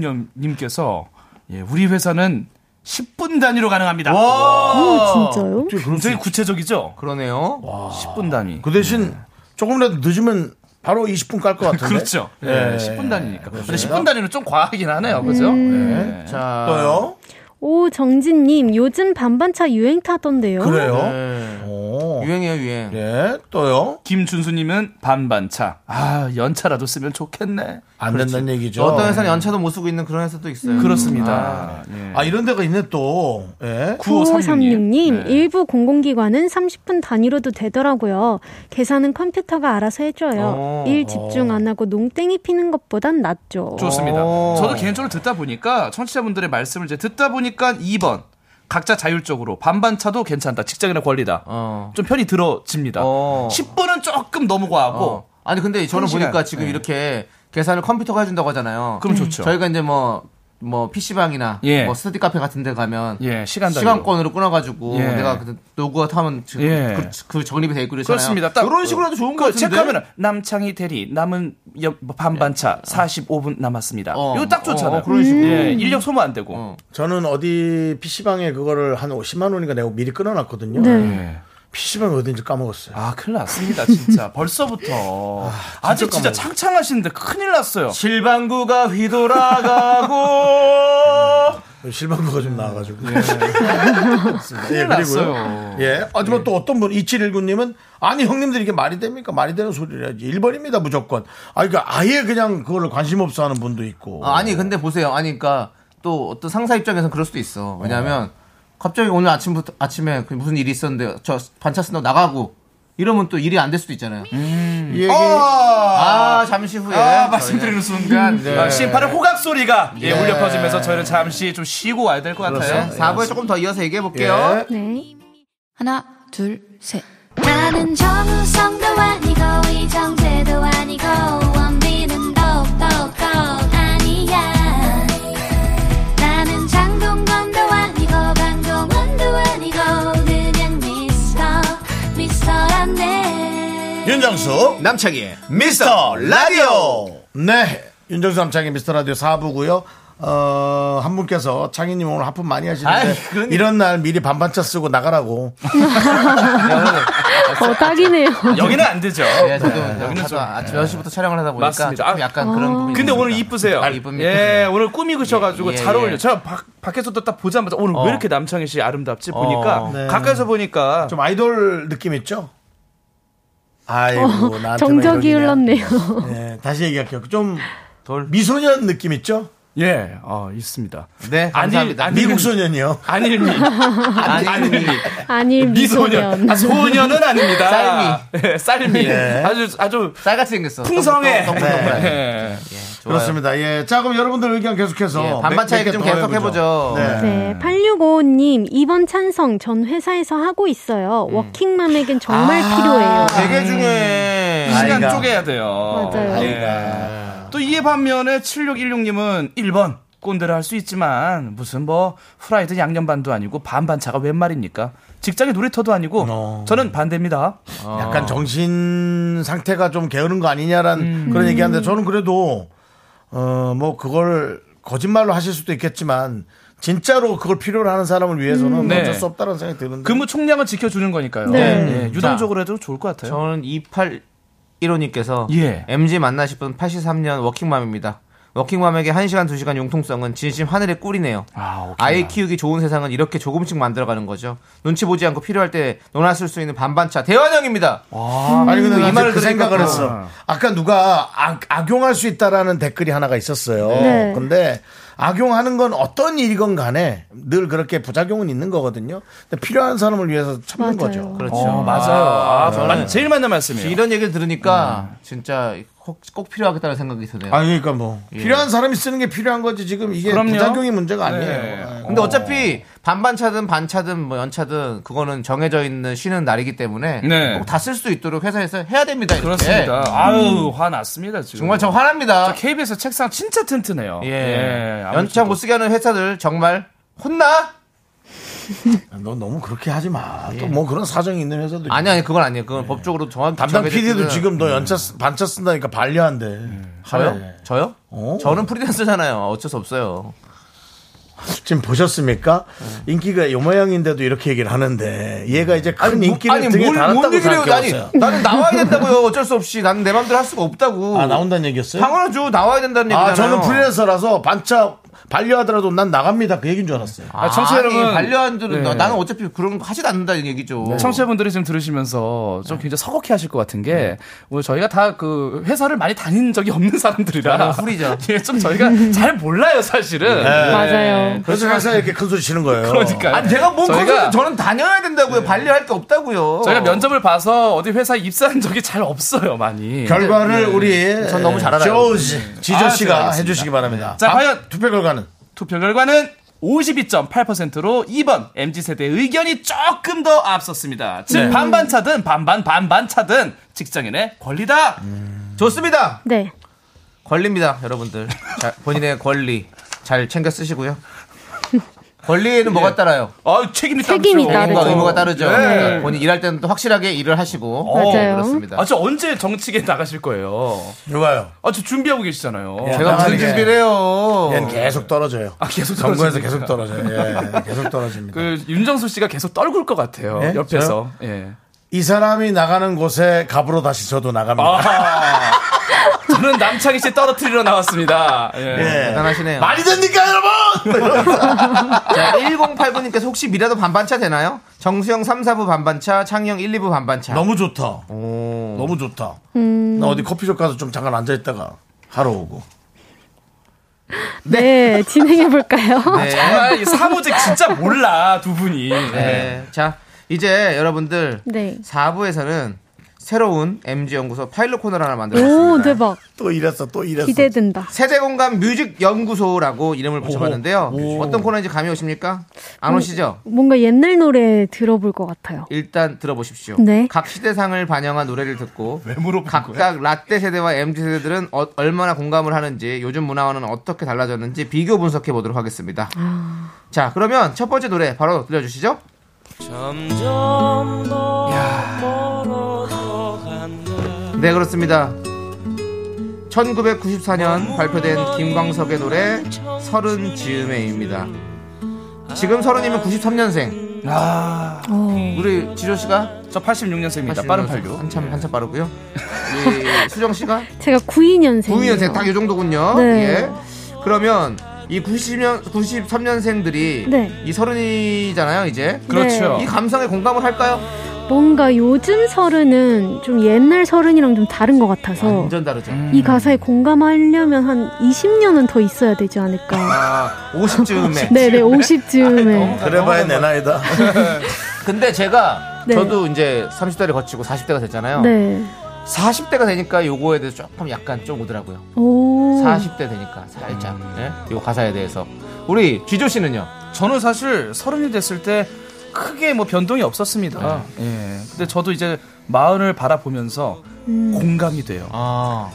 1006님께서 예, 우리 회사는 10분 단위로 가능합니다. 오, 아, 진짜요? 굉장히 구체적이죠? 그러네요. 10분 단위. 그 대신 조금이라도 늦으면 바로 20분 깔 것 같은데. 그렇죠. 예, 10분 단위니까. 근데 10분 단위는 좀 과하긴 하네요. 그죠? 음. 예. 자, 자, 아, 또요? 오 정진님 요즘 반반차 유행 타던데요. 그래요? 네. 오. 유행이에요 유행. 네. 예, 또요? 김준수님은 반반차. 아, 연차라도 쓰면 좋겠네. 안 된다는 얘기죠. 어떤 회사는 연차도 못 쓰고 있는 그런 회사도 있어요. 그렇습니다. 아, 이런 데가 있네, 또. 예. 네. 9536님, 네. 일부 공공기관은 30분 단위로도 되더라고요. 계산은 컴퓨터가 알아서 해줘요. 어, 일 집중 안 하고 농땡이 피는 것보단 낫죠. 좋습니다. 오. 저도 개인적으로 듣다 보니까 청취자분들의 말씀을 이제 듣다 보니까 2번 각자 자율적으로 반반차도 괜찮다. 직장인의 권리다. 어. 좀 편이 들어집니다. 어. 10분은 조금 너무 과하고 어. 아니 근데 저는 한 시간. 보니까 지금 네. 이렇게 계산을 컴퓨터가 해준다고 하잖아요. 그럼 좋죠. 저희가 이제 뭐. 뭐 PC방이나 예. 뭐 스터디 카페 같은 데 가면 예, 시간 단위로. 시간권으로 끊어 가지고 예. 내가 그 로그아웃 하면 그, 예. 그, 그 적립이 돼 있고 그러잖아요. 그렇습니다. 딱 이런 식으로라도 좋은 거 그 같은데. 체크하면 남창희 대리 남은 여- 반반차 45분 남았습니다. 예. 어. 이거 딱 좋잖아요. 어, 어, 그런 식으로. 예, 인력 소모 안 되고. 어. 저는 어디 PC방에 그거를 한 50만 원인가 내고 미리 끊어놨거든요. 예. 네. PC방이 어딘지 까먹었어요. 아, 큰일 났습니다, 진짜. 벌써부터. 아, 직 진짜 창창하시는데 큰일 났어요. 실방구가 휘돌아가고 실방구가 좀 나와가지고. 큰일 났어요. 예. 하지만 또 어떤 분, 2719님은 아니, 형님들 이게 말이 됩니까? 말이 되는 소리라지. 1번입니다, 무조건. 아, 그러니까 아예 그냥 그걸 관심 없어 하는 분도 있고. 아, 아니 근데 보세요. 아니 그러니까 또 어떤 상사 입장에서는 그럴 수도 있어. 왜냐하면 갑자기 오늘 아침부터 아침에 그 무슨 일이 있었는데 저 반차 쓴다고 나가고 이러면 또 일이 안 될 수도 있잖아요. 이 얘기 아 잠시 후에 아, 말씀드리는 순간 네. 아, 심판의 호각 소리가 예, 울려 퍼지면서 저희는 잠시 좀 쉬고 와야 될 것 같아요. 4부에 조금 더 이어서 얘기해 볼게요. 네. 하나, 둘, 셋. 나는 정우성도 아니고, 이정재도 아니고, 원빈은 더욱더 아니야. 나는 장동건도 아니고, 방종원도 아니고, 그냥 미스터, 미스터란데. 윤정수, 남창희의 미스터 라디오. 네. 윤정수 남창의 미스터 라디오 4부고요. 어, 한 분께서 창희님 오늘 하품 많이 하시는데 아이, 그건- 이런 날 미리 반반차 쓰고 나가라고. 아, 어, 딱이네요. 여기는 안 되죠. 예, 저도 여기는 여기는 좀 좀- 아침 10시부터 촬영을 하다 보니까 맞습니다. 조금 약간 그런 부분이 근데 오늘 있습니다. 이쁘세요. 아, 이쁩니다. 예, 오늘 꾸미으셔가지고 예, 잘 예. 어울려. 제가 밖, 밖에서도 딱 보자마자 오늘 어. 왜 이렇게 남창희 씨 아름답지 보니까 네. 가까이서 보니까 좀 아이돌 느낌 있죠? 아이고, 나한테 정적이 흘렀네요. 네, 다시 얘기할게요. 좀 미소년 느낌 있죠? 예, 어, 있습니다. 네, 감사합니다. 아니, 미국 소년이요. 아닐미. 아닐미. 아니 미소년. 미소년. 아, 소년은 아닙니다. 쌀미. 네. 예, 쌀미. 예. 아주, 아주 쌀같이 생겼어. 풍성해. 동- 동- 동글동글하게. 예. 예, 좋아요. 그렇습니다. 예. 자, 그럼 여러분들 의견 계속해서. 예, 반반 몇- 차이기 몇개 좀 더 계속 해보죠. 네. 네, 8655님, 이번 찬성 전 회사에서 하고 있어요. 워킹맘에겐 정말 필요해요. 음. 아. 되게 중요해. 시간 아이가. 쪼개야 돼요. 맞아요. 예. 또 이에 반면에 7616님은 1번 꼰대를 할 수 있지만 무슨 뭐 후라이드 양념반도 아니고 반반차가 웬 말입니까? 직장의 놀이터도 아니고 어. 네. 저는 반대입니다. 어. 약간 정신 상태가 좀 게으른 거 아니냐란 음. 그런 얘기하는데 저는 그래도 어 뭐 그걸 거짓말로 하실 수도 있겠지만 진짜로 그걸 필요로 하는 사람을 위해서는 음. 네. 어쩔 수 없다는 생각이 드는데 근무 총량을 지켜주는 거니까요. 네. 예, 유동적으로 해도 좋을 것 같아요. 저는 2815님께서 예. MG 만나실 분 83년 워킹맘입니다. 워킹맘에게 1시간, 2시간 융통성은 진심 하늘의 꿀이네요. 아, 아이 키우기 좋은 세상은 이렇게 조금씩 만들어가는 거죠. 눈치 보지 않고 필요할 때 논하실 수 있는 반반차 대환영입니다. 어. 아니 근데 나 음. 이 말을 그 들으니까 그렇죠. 생각을 했어. 아까 누가 악, 악용할 수 있다라는 댓글이 하나가 있었어요. 네. 근데 악용하는 건 어떤 일이건 간에 늘 그렇게 부작용은 있는 거거든요. 근데 필요한 사람을 위해서 참는 맞아요. 거죠. 어. 그렇죠. 맞아요. 아, 맞- 제일 맞는 말씀이에요. 이런 얘기를 들으니까 네. 진짜 꼭, 꼭 필요하겠다는 생각이 드네요. 아 그러니까 뭐 필요한 사람이 쓰는 게 필요한 거지 지금 이게 그럼요. 부작용이 문제가 아니에요. 네. 아유. 근데 어차피 반반차든 반차든 뭐 연차든 그거는 정해져 있는 쉬는 날이기 때문에 네. 꼭 다 쓸 수 있도록 회사에서 해야 됩니다. 이렇게. 그렇습니다. 아유, 화났습니다, 지금. 정말 저 화납니다. KBS 책상 진짜 튼튼해요. 예. 뭐. 연차 연차 못 쓰게 하는 회사들 정말 혼나? 너 너무 그렇게 하지 마. 또 뭐 그런 사정이 있는 회사도 아니 있고. 아니 그건 아니에요. 그건 법적으로 정확히 담당 정해져 PD도 있기는- 지금 너 연차 쓰- 반차 쓴다니까 반려한대. 저요? 그래. 저요? 어. 저는 프리랜서잖아요. 어쩔 수 없어요. 지금 보셨습니까? 인기가 요 모양인데도 이렇게 얘기를 하는데 얘가 이제 큰 뭐- 인기를 등에 뭘- 뭔 달았다고 얘기를 해요. 아니, 생각해요. 나는 나와야 된다고요. 어쩔 수 없이 나는 내 마음대로 할 수가 없다고. 아 나온다는 얘기였어요? 뭐, 당연하죠. 나와야 된다는 얘기잖아요. 아 저는 프리랜서라서 반차 반려하더라도 난 나갑니다 그 얘기인 줄 알았어요. 아, 청취자 아니, 여러분. 반려한들은 네. 나는 어차피 그런 거 하지도 않는다는 얘기죠. 어. 청취자분들이 지금 들으시면서 좀 굉장히 서걱해 하실 것 같은 게 오늘 저희가 다 그 회사를 많이 다닌 적이 없는 사람들이라 저는 후리죠. 예, 좀 저희가 잘 몰라요 사실은. 네. 맞아요. 그래서 회사에 이렇게 큰 소리 치는 거예요. 그러니까 아니, 제가 뭔 저희가- 저희가... 저는 다녀야 된다고요. 반려할 게 없다고요. 저희가 면접을 봐서 어디 회사 입사한 적이 잘 없어요 많이. 네. 결과를 우리 전 네. 너무 잘 알아요. 조지 지저 아, 씨가 알겠습니다. 해주시기 바랍니다. 자, 아, 과연- 투표 결과는 투표 결과는 52.8%로 2번 MZ 세대의 의견이 조금 더 앞섰습니다. 즉 반반 차든 반반 반반 차든 직장인의 권리다. 좋습니다. 네. 권리입니다, 여러분들. 자, 본인의 권리 잘 챙겨 쓰시고요. 권리에는 뭐가 따라요? 아 책임이 책임이 따르죠. 책임과 그렇죠. 의무가 따르죠. 그러니까 네. 본인 일할 때는 또 확실하게 일을 하시고 맞아요. 어, 그렇습니다. 어, 아, 저 언제 정치계 나가실 거예요? 누가요? 아, 저 준비하고 계시잖아요. 네. 제가 무슨 나가는 게- 준비를 해요? 얘는 예, 계속 떨어져요. 아, 계속 정부에서 떨어집니까? 계속 떨어져요. 예, 계속 떨어집니다. 그 윤정수 씨가 계속 떨굴 것 같아요. 네? 예? 옆에서. 예. 이 사람이 나가는 곳에 갑으로 다시 저도 나갑니다. 아. 저는 남창희 씨 떨어뜨리러 나왔습니다. 예. 예. 대단하시네요. 말이 됩니까 여러분? 자, 1089님께서 혹시 미라도 반반차 되나요? 정수영 3, 4부 반반차, 창영 1, 2부 반반차. 너무 좋다. 너무 좋다. 음. 나 어디 커피숍 가서 좀 잠깐 앉아 있다가 하러 오고. 네. 진행해볼까요? 네. 정말 이 사무직 진짜 몰라, 두 분이. 네. 자, 이제 여러분들 네. 4부에서는 새로운 MG연구소 파일럿 코너를 하나 오, 만들었습니다. 대박. 또 이랬어, 또 이랬어. 기대된다. 세대공감 뮤직연구소라고 이름을 붙여봤는데요. 오. 어떤 코너인지 감이 오십니까? 안 오시죠? 뭔가 옛날 노래 들어볼 것 같아요. 일단 들어보십시오. 네. 각 시대상을 반영한 노래를 듣고 각각 라떼 세대와 MZ 세대들은 어- 얼마나 공감을 하는지 요즘 문화와는 어떻게 달라졌는지 비교 분석해 보도록 하겠습니다. 자, 그러면 첫 번째 노래 바로 들려주시죠. 네, 그렇습니다. 1994년 발표된 김광석의 노래 서른 즈음에입니다. 지금 서른이면 93년생. 우리 지조 씨가 저 86년생입니다. 빠른 예. 86. 한참 한참 빠르고요. 이 수정 씨가 예. 제가 92년생. 92년생 딱 이 정도군요. 네. 예. 그러면 이 90년 93년생들이 네. 네. 이 서른이잖아요, 이제. 그렇죠. 이 감성에 공감을 할까요? 뭔가 요즘 서른은 좀 옛날 서른이랑 좀 다른 것 어. 같아서 완전 다르죠. 음. 이 가사에 공감하려면 한 20년은 더 있어야 되지 않을까. 아, 50쯤에. 아, 네네, 50쯤에. 그래봐야 내 나이다. 근데 제가 네. 저도 이제 30대를 거치고 40대가 됐잖아요. 네. 40대가 되니까 요거에 대해서 조금 약간 좀 오더라고요. 음. 오. 40대 되니까 살짝. 네? 요 가사에 대해서. 우리 쥐조 씨는요? 저는 사실 서른이 됐을 때 크게 뭐 변동이 없었습니다. 네. 예. 근데 저도 이제 마흔을 바라보면서 음. 공감이 돼요. 아,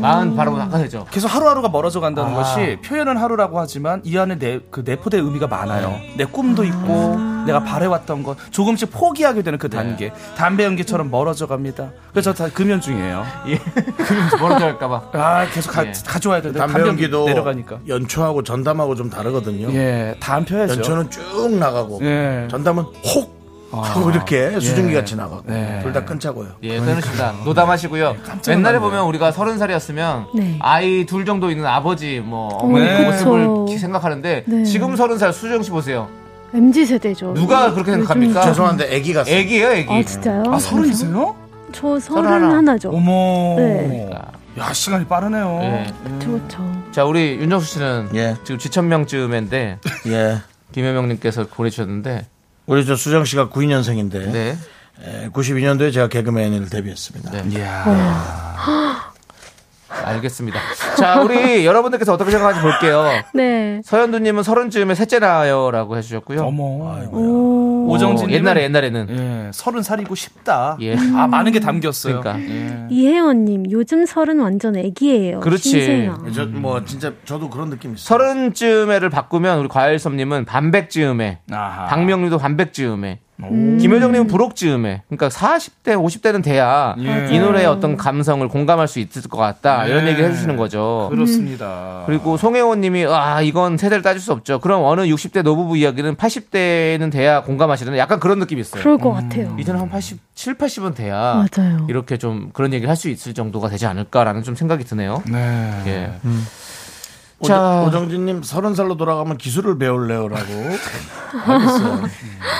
마흔 바로 아까 되죠. 계속 하루하루가 멀어져 간다는 아. 것이 표현은 하루라고 하지만 이 안에 내, 그 내포된 의미가 많아요. 내 꿈도 있고 아. 내가 바래왔던 것 조금씩 포기하게 되는 그 네. 단계. 담배 연기처럼 멀어져 갑니다. 그래서 저 다 금연 중이에요. 음. 멀어져 할까봐. 아 계속 가, 예. 가져와야 돼. 담배 담배 연기도 내려가니까. 연초하고 전담하고 좀 다르거든요. 예, 다 안 펴야죠. 연초는 쭉 나가고 예. 전담은 혹 하고 이렇게 수증기 같이 나가고 네. 둘 다 끈차고요. 예, 그렇습니다. 노담하시고요. 옛날에 보면 우리가 서른 살이었으면 네. 아이 둘 정도 있는 아버지 뭐 어머니 네. 그 모습을 그렇죠. 생각하는데 네. 지금 서른 살 수정 씨 보세요. MZ 세대죠. 누가 그렇게 생각합니까? 죄송한데 애기 같아요. 애기예요, 애기. 아, 진짜요? 아 서른이세요? 저 서른 서른 하나. 하나죠. 어머. 네. 야 시간이 빠르네요. 예. 그쵸, 그쵸. 자, 우리 윤정수 씨는 예. 지금 지천명쯤인데 예. 김혜명님께서 보내주셨는데 우리 저 수정 씨가 92년생인데 예, 네. 92년도에 제가 개그맨을 데뷔했습니다. 네. 알겠습니다. 자, 우리 여러분들께서 어떻게 생각하는지 볼게요. 네. 서현두님은 서른쯤에 셋째 낳아요라고 해주셨고요. 어머. 오. 오정진 님은 옛날에 옛날에는 예, 서른 살이고 싶다. 예. 아 많은 게 담겼어요. 그러니까 이혜원님, 요즘 서른 완전 애기예요. 그렇지. 신세나. 저 뭐 진짜 저도 그런 느낌이 있어요. 서른쯤에를 바꾸면 우리 과일섭님은 반백쯤에 아하. 박명류도 반백쯤에 김효정님은 부록쯤에 그러니까 40대 50대는 돼야 예. 이 노래의 어떤 감성을 공감할 수 있을 것 같다 이런 얘기를 해주시는 거죠. 그렇습니다. 그리고 송혜원님이 아 이건 세대를 따질 수 없죠. 그럼 어느 60대 노부부 이야기는 80대는 돼야 공감하시는 약간 그런 느낌이 있어요. 그럴 것 같아요. 이제는 한 87, 80은 돼야 맞아요. 이렇게 좀 그런 얘기를 할 수 있을 정도가 되지 않을까라는 좀 생각이 드네요. 네. 예. 자. 오정, 오정진님 서른 살로 돌아가면 기술을 배울래요라고.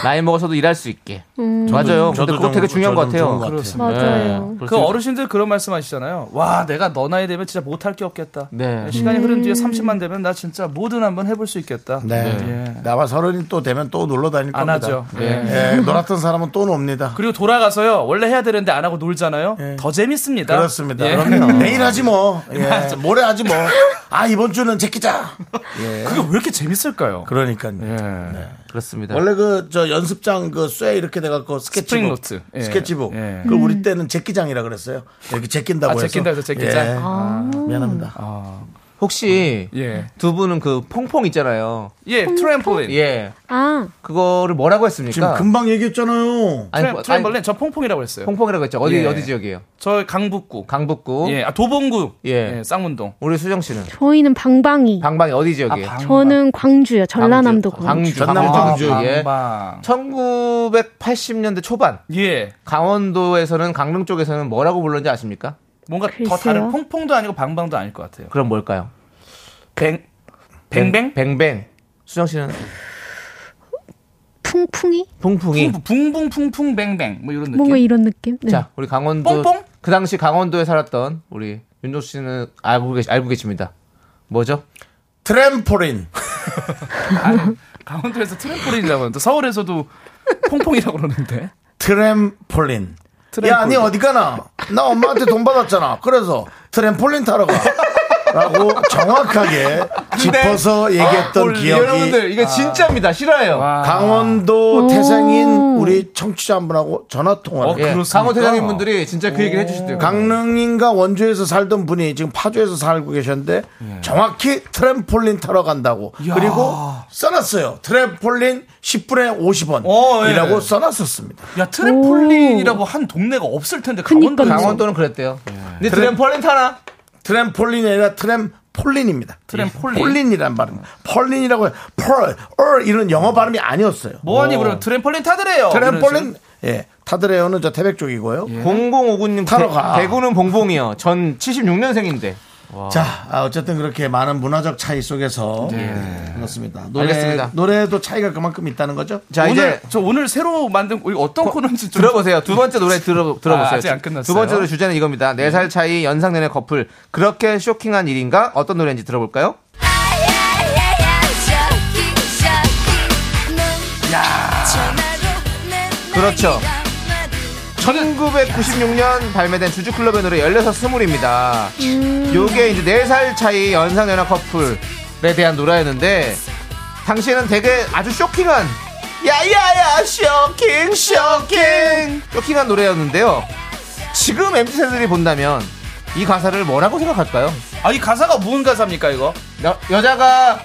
나이 먹어서도 일할 수 있게. 음. 맞아요. 저도 근데 그거 되게 좀- 중요한 것 저도 같아요. 좋은 것 같아요. 맞아요. 네. 그 어르신들 그런 말씀 하시잖아요. 와, 내가 너 나이 되면 진짜 못할 게 없겠다. 네. 시간이 흐른 음. 뒤에 30만 되면 나 진짜 뭐든 한번 해볼 수 있겠다. 네. 나와 서른이 또 되면 또 놀러 다닐 예. 안 겁니다. 하죠. 그러니까? 예, 놀았던 사람은 또 놉니다. 그리고 돌아가서요, 원래 해야 되는데 안 하고 놀잖아요. 더 재밌습니다. 그렇습니다. 예. 그럼요. 내일 하지 뭐. 예, 모레 하지 뭐. 아 이번 주는 제끼자. 예. 그게 왜 이렇게 재밌을까요? 그러니까요. 예. 그렇습니다. 원래 그 저 연습장 그 쇠 이렇게 돼갖고 스케치북 스프링 노트. 예. 스케치북 예. 그 우리 때는 제끼장이라 그랬어요 이렇게 제낀다고 아, 해서 제낀다 해서 아. 제끼장. 예. 미안합니다 혹시 예. 두 분은 그 퐁퐁 있잖아요. 예, 트램폴린. 예. 아, 그거를 뭐라고 했습니까? 지금 그러니까 금방 얘기했잖아요 아니, 트램, 트램폴린, 저 퐁퐁이라고 그랬어요. 퐁퐁이라고 했죠. 어디 예. 어디 지역이에요? 저 강북구. 강북구. 예, 아, 도봉구. 예. 예, 쌍문동. 우리 수정 씨는 저희는 방방이. 방방이 어디 지역이에요? 저는 광주요. 전라남도 광주. 광주. 전남 광주. 광주. 예. 아, 방방. 1980년대 초반 예. 강원도에서는 강릉 쪽에서는 뭐라고 불렀는지 아십니까? 뭔가 더 글쎄요. 다른 퐁퐁도 아니고 방방도 아닐 것 같아요. 그럼 뭘까요? 뱅, 뱅뱅? 네. 뱅뱅. 수정 씨는 풍풍이? 퐁퐁이. 붕- 붕붕붕붕뱅뱅 뭐 이런 느낌. 뭔가 이런 느낌? 네. 자, 우리 강원도 뽕뽕? 그 당시 강원도에 살았던 우리 윤종 씨는 알고 계시, 알고 계십니다. 뭐죠? 트램포린 강원도에서 트램폴린이라고 하는데 서울에서도 퐁퐁이라고 그러는데. 트램폴린 트램폴린. 야니 어디 가나 나 엄마한테 돈 받았잖아 그래서 트램폴린 타러 가 라고 정확하게 짚어서 네. 아, 얘기했던 기억이 여러분들 이거 아. 진짜입니다. 실화예요. 강원도 태생인 우리 청취자 한 분하고 전화 어, 통화를 예, 강원 대장님 분들이 진짜 그 얘기를 해주시대요. 강릉인가 원주에서 살던 분이 지금 파주에서 살고 계셨는데 예. 정확히 트램폴린 타러 간다고 그리고 써놨어요 트램폴린 10분에 50원이라고 어, 예. 써놨었습니다 야 트램폴린이라고 한 동네가 없을 텐데 예. 강원도 그니까요. 강원도는 그랬대요. 근데 트램펄린 타나? 트램폴린이 아니라 트램폴린입니다 트램폴린. 폴린이란 발음 폴린이라고 해요. 펄, 얼 이런 영어 발음이 아니었어요 뭐하니 뭐 그러면 트램폴린 타드래요. 트램폴린 예 타드레오는 예. 예. 저 태백 쪽이고요 0059님 타러 가. 대구는 봉봉이요. 전 76년생인데 자, 아, 어쨌든 그렇게 많은 문화적 차이 속에서 네, 그렇습니다. 노래 알겠습니다. 노래도 차이가 그만큼 있다는 거죠? 자 오늘 이제 저 오늘 새로 만든 이거 어떤 코너인지 좀 들어보세요. 두 번째 노래 들어, 들어보세요. 아, 아직 안 끝났어요? 두 번째 노래 주제는 이겁니다. 네 살 차이 연상 내내 커플. 그렇게 쇼킹한 일인가? 어떤 노래인지 들어볼까요? 그렇죠. 1996년 발매된 주주클럽의 노래 16 스물입니다. 요게 이제 네 살 차이 연상 연하 커플에 대한 노래였는데 당시에는 되게 아주 쇼킹한 야야야 쇼킹 쇼킹 쇼킹한 노래였는데요. 지금 MZ 세들이 본다면 이 가사를 뭐라고 생각할까요? 아이 가사가 뭔 가사입니까 이거? 여, 여자가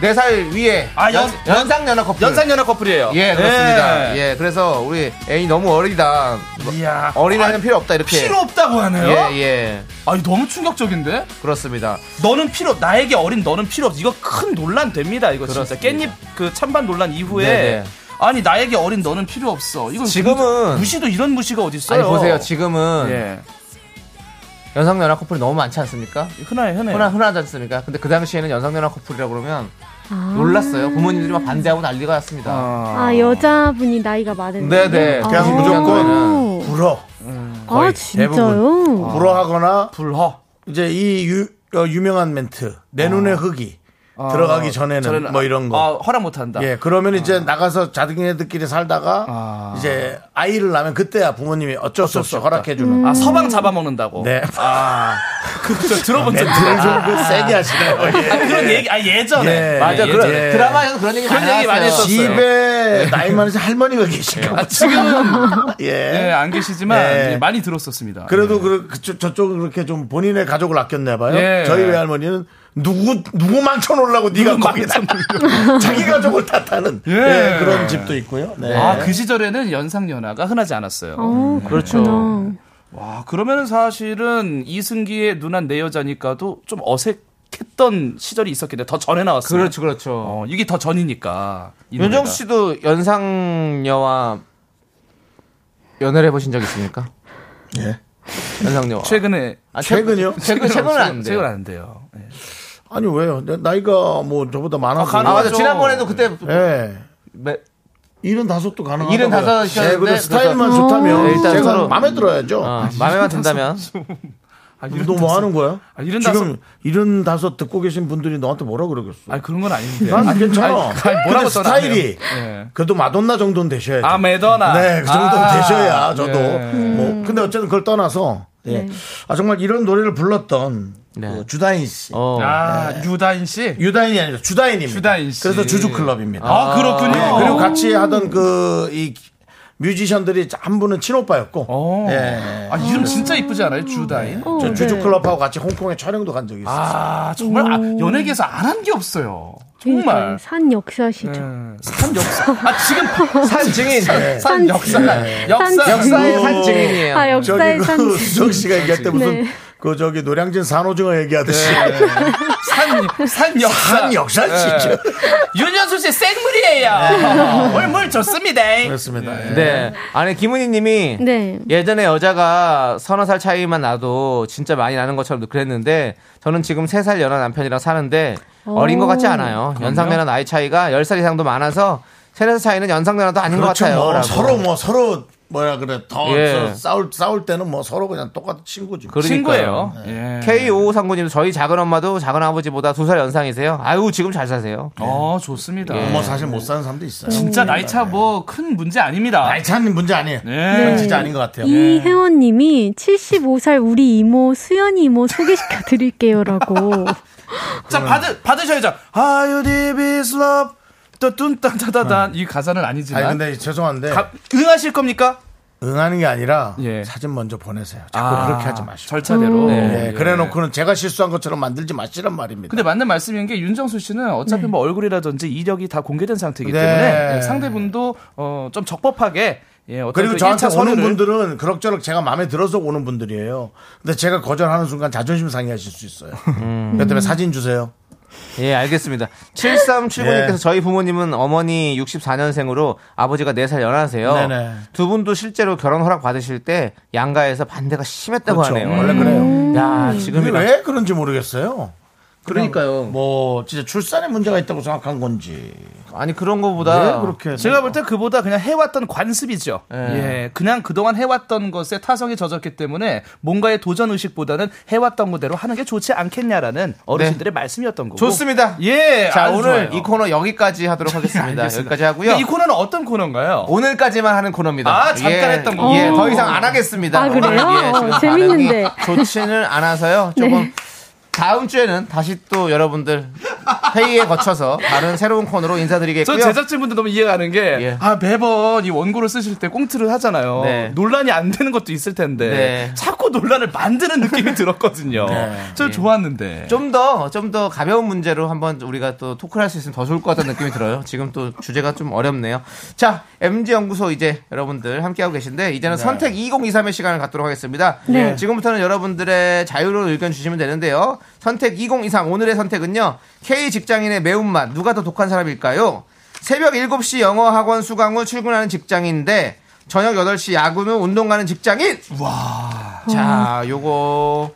네 살 위에 아, 연- 연상 연하 커플 연상연하 커플이에요. 예 그렇습니다. 예 그래서 우리 애인 너무 어리다 이야. 어린아이는 필요 없다 이렇게 필요 없다고 하네요. 예, 예. 아니 너무 충격적인데? 그렇습니다. 너는 필요 없- 나에게 어린 너는 필요 없. 이거 큰 논란 됩니다. 이거 진짜 그렇습니다. 깻잎 그 찬반 논란 이후에 네네. 아니 나에게 어린 너는 필요 없어. 이건 지금은- 무시도 이런 무시가 어디 있어요? 아니 보세요. 지금은 예. 연상 연하 커플이 너무 많지 않습니까? 흔해 흔해. 흔하, 흔하지 않습니까? 근데 그 당시에는 연상 연하 커플이라 그러면 놀랐어요. 부모님들이 막 반대하고 난리가 났습니다. 아 여자분이 나이가 많은데. 네네. 그냥 아. 무조건 불어. 아 거의 진짜요? 불어하거나 불허. 이제 이 유, 명한 멘트 내 눈의 흙이 들어가기 전에는, 저는- 뭐 이런 거. 아, 허락 못한다. 예, 그러면 이제 나가서 자기네들끼리 살다가 이제 아이를 낳으면 그때야 부모님이 어쩔 수 없이 허락해 주는. 아 서방 잡아먹는다고. 네. 그저 들어본 적 멘트를 좀그 세게 하시네요. 아, 그런 얘기 아 예전에 예, 맞아. 예, 그런 예. 드라마에서 그런 얘기 많이 그런 얘기 많이 나왔어요. 했었어요. 집에 나이 많으신 할머니가 계시니까. 지금은 예. 예, 안 계시지만 네. 예, 많이 들었었습니다. 그래도 그, 그, 저- 저쪽은 그렇게 좀 본인의 가족을 아꼈나 봐요. 예. 저희 외할머니는 누구 누구 망쳐놓으려고 네가 거기다 자기 가족을 탓하는 예. 예, 그런 집도 있고요. 네. 아 그 시절에는 연상 연하가 흔하지 아, 않았어요. 어, 그렇죠. 그렇구나. 와 그러면 사실은 이승기의 누난 내 여자니까도 좀 어색했던 시절이 있었겠네. 더 전에 나왔어요. 그렇죠, 그렇죠. 어, 이게 더 전이니까. 이 노래가. 윤정 씨도 연상녀와 연애를 해보신 적 있습니까? 예. 연상녀와. 최근에 아, 최- 최근요? 최근, 최근은 안 돼요. 최근 안 돼요. 예. 아니 왜요? 내 나이가 뭐 저보다 많아서. 그렇죠? 아, 아, 맞아. 맞아. 지난번에도 그때 예. 매- 일흔 다섯도 가능하다. 75 예, 이었는데 근데 스타일만 그래서- 좋다면 네, 일단 제가 서로- 마음에 들어야죠. 어, 마음에만 든다면 아, 이런 너 뭐 하는 거야? 아, 일흔 지금 일흔 다섯 듣고 계신 분들이 너한테 뭐라 그러겠어? 아 그런 건 아닌데. 난 괜찮아. 아니, 뭐라고 근데 써놨네요. 스타일이 예. 그래도 마돈나 정도는 되셔야 돼. 아 매더나. 네, 그 정도 는 아, 되셔야 저도. 예. 뭐 근데 어쨌든 그걸 떠나서 예. 아 정말 이런 노래를 불렀던 네. 그 주다인 씨. 어. 아 유다인 씨. 유다인이 아니라 주다인입니다. 주다인 씨. 그래서 주주 클럽입니다. 아, 그렇군요. 네, 그리고 같이 하던 그 이 뮤지션들이 한 분은 친오빠였고. 어. 예. 아 이름 진짜 이쁘지 않아요? 주다인. 저 네. 주주 클럽하고 같이 홍콩에 촬영도 간 적이 있어요. 어. 아 정말 아, 연예계에서 안 한 게 없어요. 정말. 그러니까요. 산 역사시죠. 산 역사. 아 지금 산 증인. 예. 산 역사. 역사. 산 역사의 산 증인이에요. 아 저기 역사의 산. 그 수정 씨가 얘기할 때 무슨 네. 그 저기 노량진 산호증어 얘기하듯이 네. 산, 산 역사. 산 역사시죠. 윤현수 씨 생물이에요. 얼물 좋습니다. 그렇습니다. 예. 네. 아니 김은희님이 네. 예전에 여자가 서너 살 차이만 나도 진짜 많이 나는 것처럼 그랬는데 저는 지금 세 살 연하 남편이랑 사는데 어린 것 같지 않아요. 연상연하 나이 차이가 열 살 이상도 많아서 세살 차이는 연상연하도 아닌 그렇죠. 것 같아요. 뭐 라고. 서로 뭐 서로 뭐야 그래 더 예. 그렇죠. 서- 싸울 싸울 때는 뭐 서로 그냥 똑같은 친구지. 그러니까요. 친구예요. K5539님 저희 작은 엄마도 작은 아버지보다 두 살 연상이세요. 아유 지금 잘 사세요. 어 좋습니다. 뭐 사실 못 사는 사람도 있어요. 진짜 나이차 뭐 큰 문제 아닙니다. 나이 차는 문제 아니에요. 네. 그건 진짜 아닌 것 같아요. 이혜원님이 75살 우리 이모 수연이 이모 소개시켜 드릴게요라고. 자 받으 받으셔야죠. 아유 디비스 러브 또 뚠딴따다단 이 가사는 음. 아니지만 아니 근데 죄송한데 가- 응하실 겁니까? 응하는 게 아니라 예. 사진 먼저 보내세요. 자꾸 아, 그렇게 하지 마시고. 절차대로. 예, 그래놓고는 제가 실수한 것처럼 만들지 마시란 말입니다. 네. 근데 맞는 말씀인 게 윤정수 씨는 어차피 뭐 얼굴이라든지 이력이 다 공개된 상태이기 네. 때문에 예, 상대분도 어, 좀 적법하게 예, 어떤 그리고 그 저한테 1차 오는 선호를- 분들은 그럭저럭 제가 마음에 들어서 오는 분들이에요. 근데 제가 거절하는 순간 자존심 상해하실 수 있어요. 그렇기 때문에 사진 주세요. 예, 알겠습니다. 7379님께서 예. 저희 부모님은 어머니 64년생으로 아버지가 4살 연하세요. 네네. 두 분도 실제로 결혼 허락 받으실 때 양가에서 반대가 심했다고 그렇죠. 하네요. 음. 원래 그래요. 야, 근데 지금이라. 왜 그런지 모르겠어요. 그러니까. 그러니까요. 뭐 진짜 출산에 문제가 있다고 생각한 건지 아니 그런 거보다 왜 그렇게 제가 뭐 볼 때 그보다 그냥 해왔던 관습이죠. 네. 예. 그냥 그동안 해왔던 것에 타성이 젖었기 때문에 뭔가의 도전 의식보다는 해왔던 그대로 하는 게 좋지 않겠냐라는 어르신들의 네. 말씀이었던 거고. 좋습니다. 예. 자, 아주 오늘 좋아요. 이 코너 여기까지 하도록 하겠습니다. 알겠습니다. 여기까지 하고요. 근데 이 코너는 어떤 코너인가요? 오늘까지만 하는 코너입니다. 아, 잠깐 예, 했던 거. 예, 더 이상 안 하겠습니다. 아, 그래요? 오늘, 예, 지금 재밌는데. 네. 반응이 좋지는 않아서요. 조금 다음 주에는 다시 또 여러분들 회의에 거쳐서 다른 새로운 코너로 저 인사드리겠고요. 제작진분들 너무 이해가 가는 게, 예. 아, 매번 이 원고를 쓰실 때 꽁트를 하잖아요. 네. 논란이 안 되는 것도 있을 텐데, 네. 자꾸 논란을 만드는 느낌이 들었거든요. 저 좋았는데. 예. 좀 더 좀 더 가벼운 문제로 한번 우리가 또 토크를 할 수 있으면 더 좋을 것 같다는 느낌이 들어요. 지금 또 주제가 좀 어렵네요. 자, MG 연구소 이제 여러분들 함께하고 계신데 네. 이제는 선택 2023의 시간을 갖도록 하겠습니다. 네. 지금부터는 여러분들의 자유로운 의견 주시면 되는데요. 선택 2023 오늘의 선택은요. K 직장인의 매운맛 누가 더 독한 사람일까요? 새벽 7시 영어 학원 수강 후 출근하는 직장인데 저녁 8시 야근 후 운동 가는 직장인. 와. 자, 요거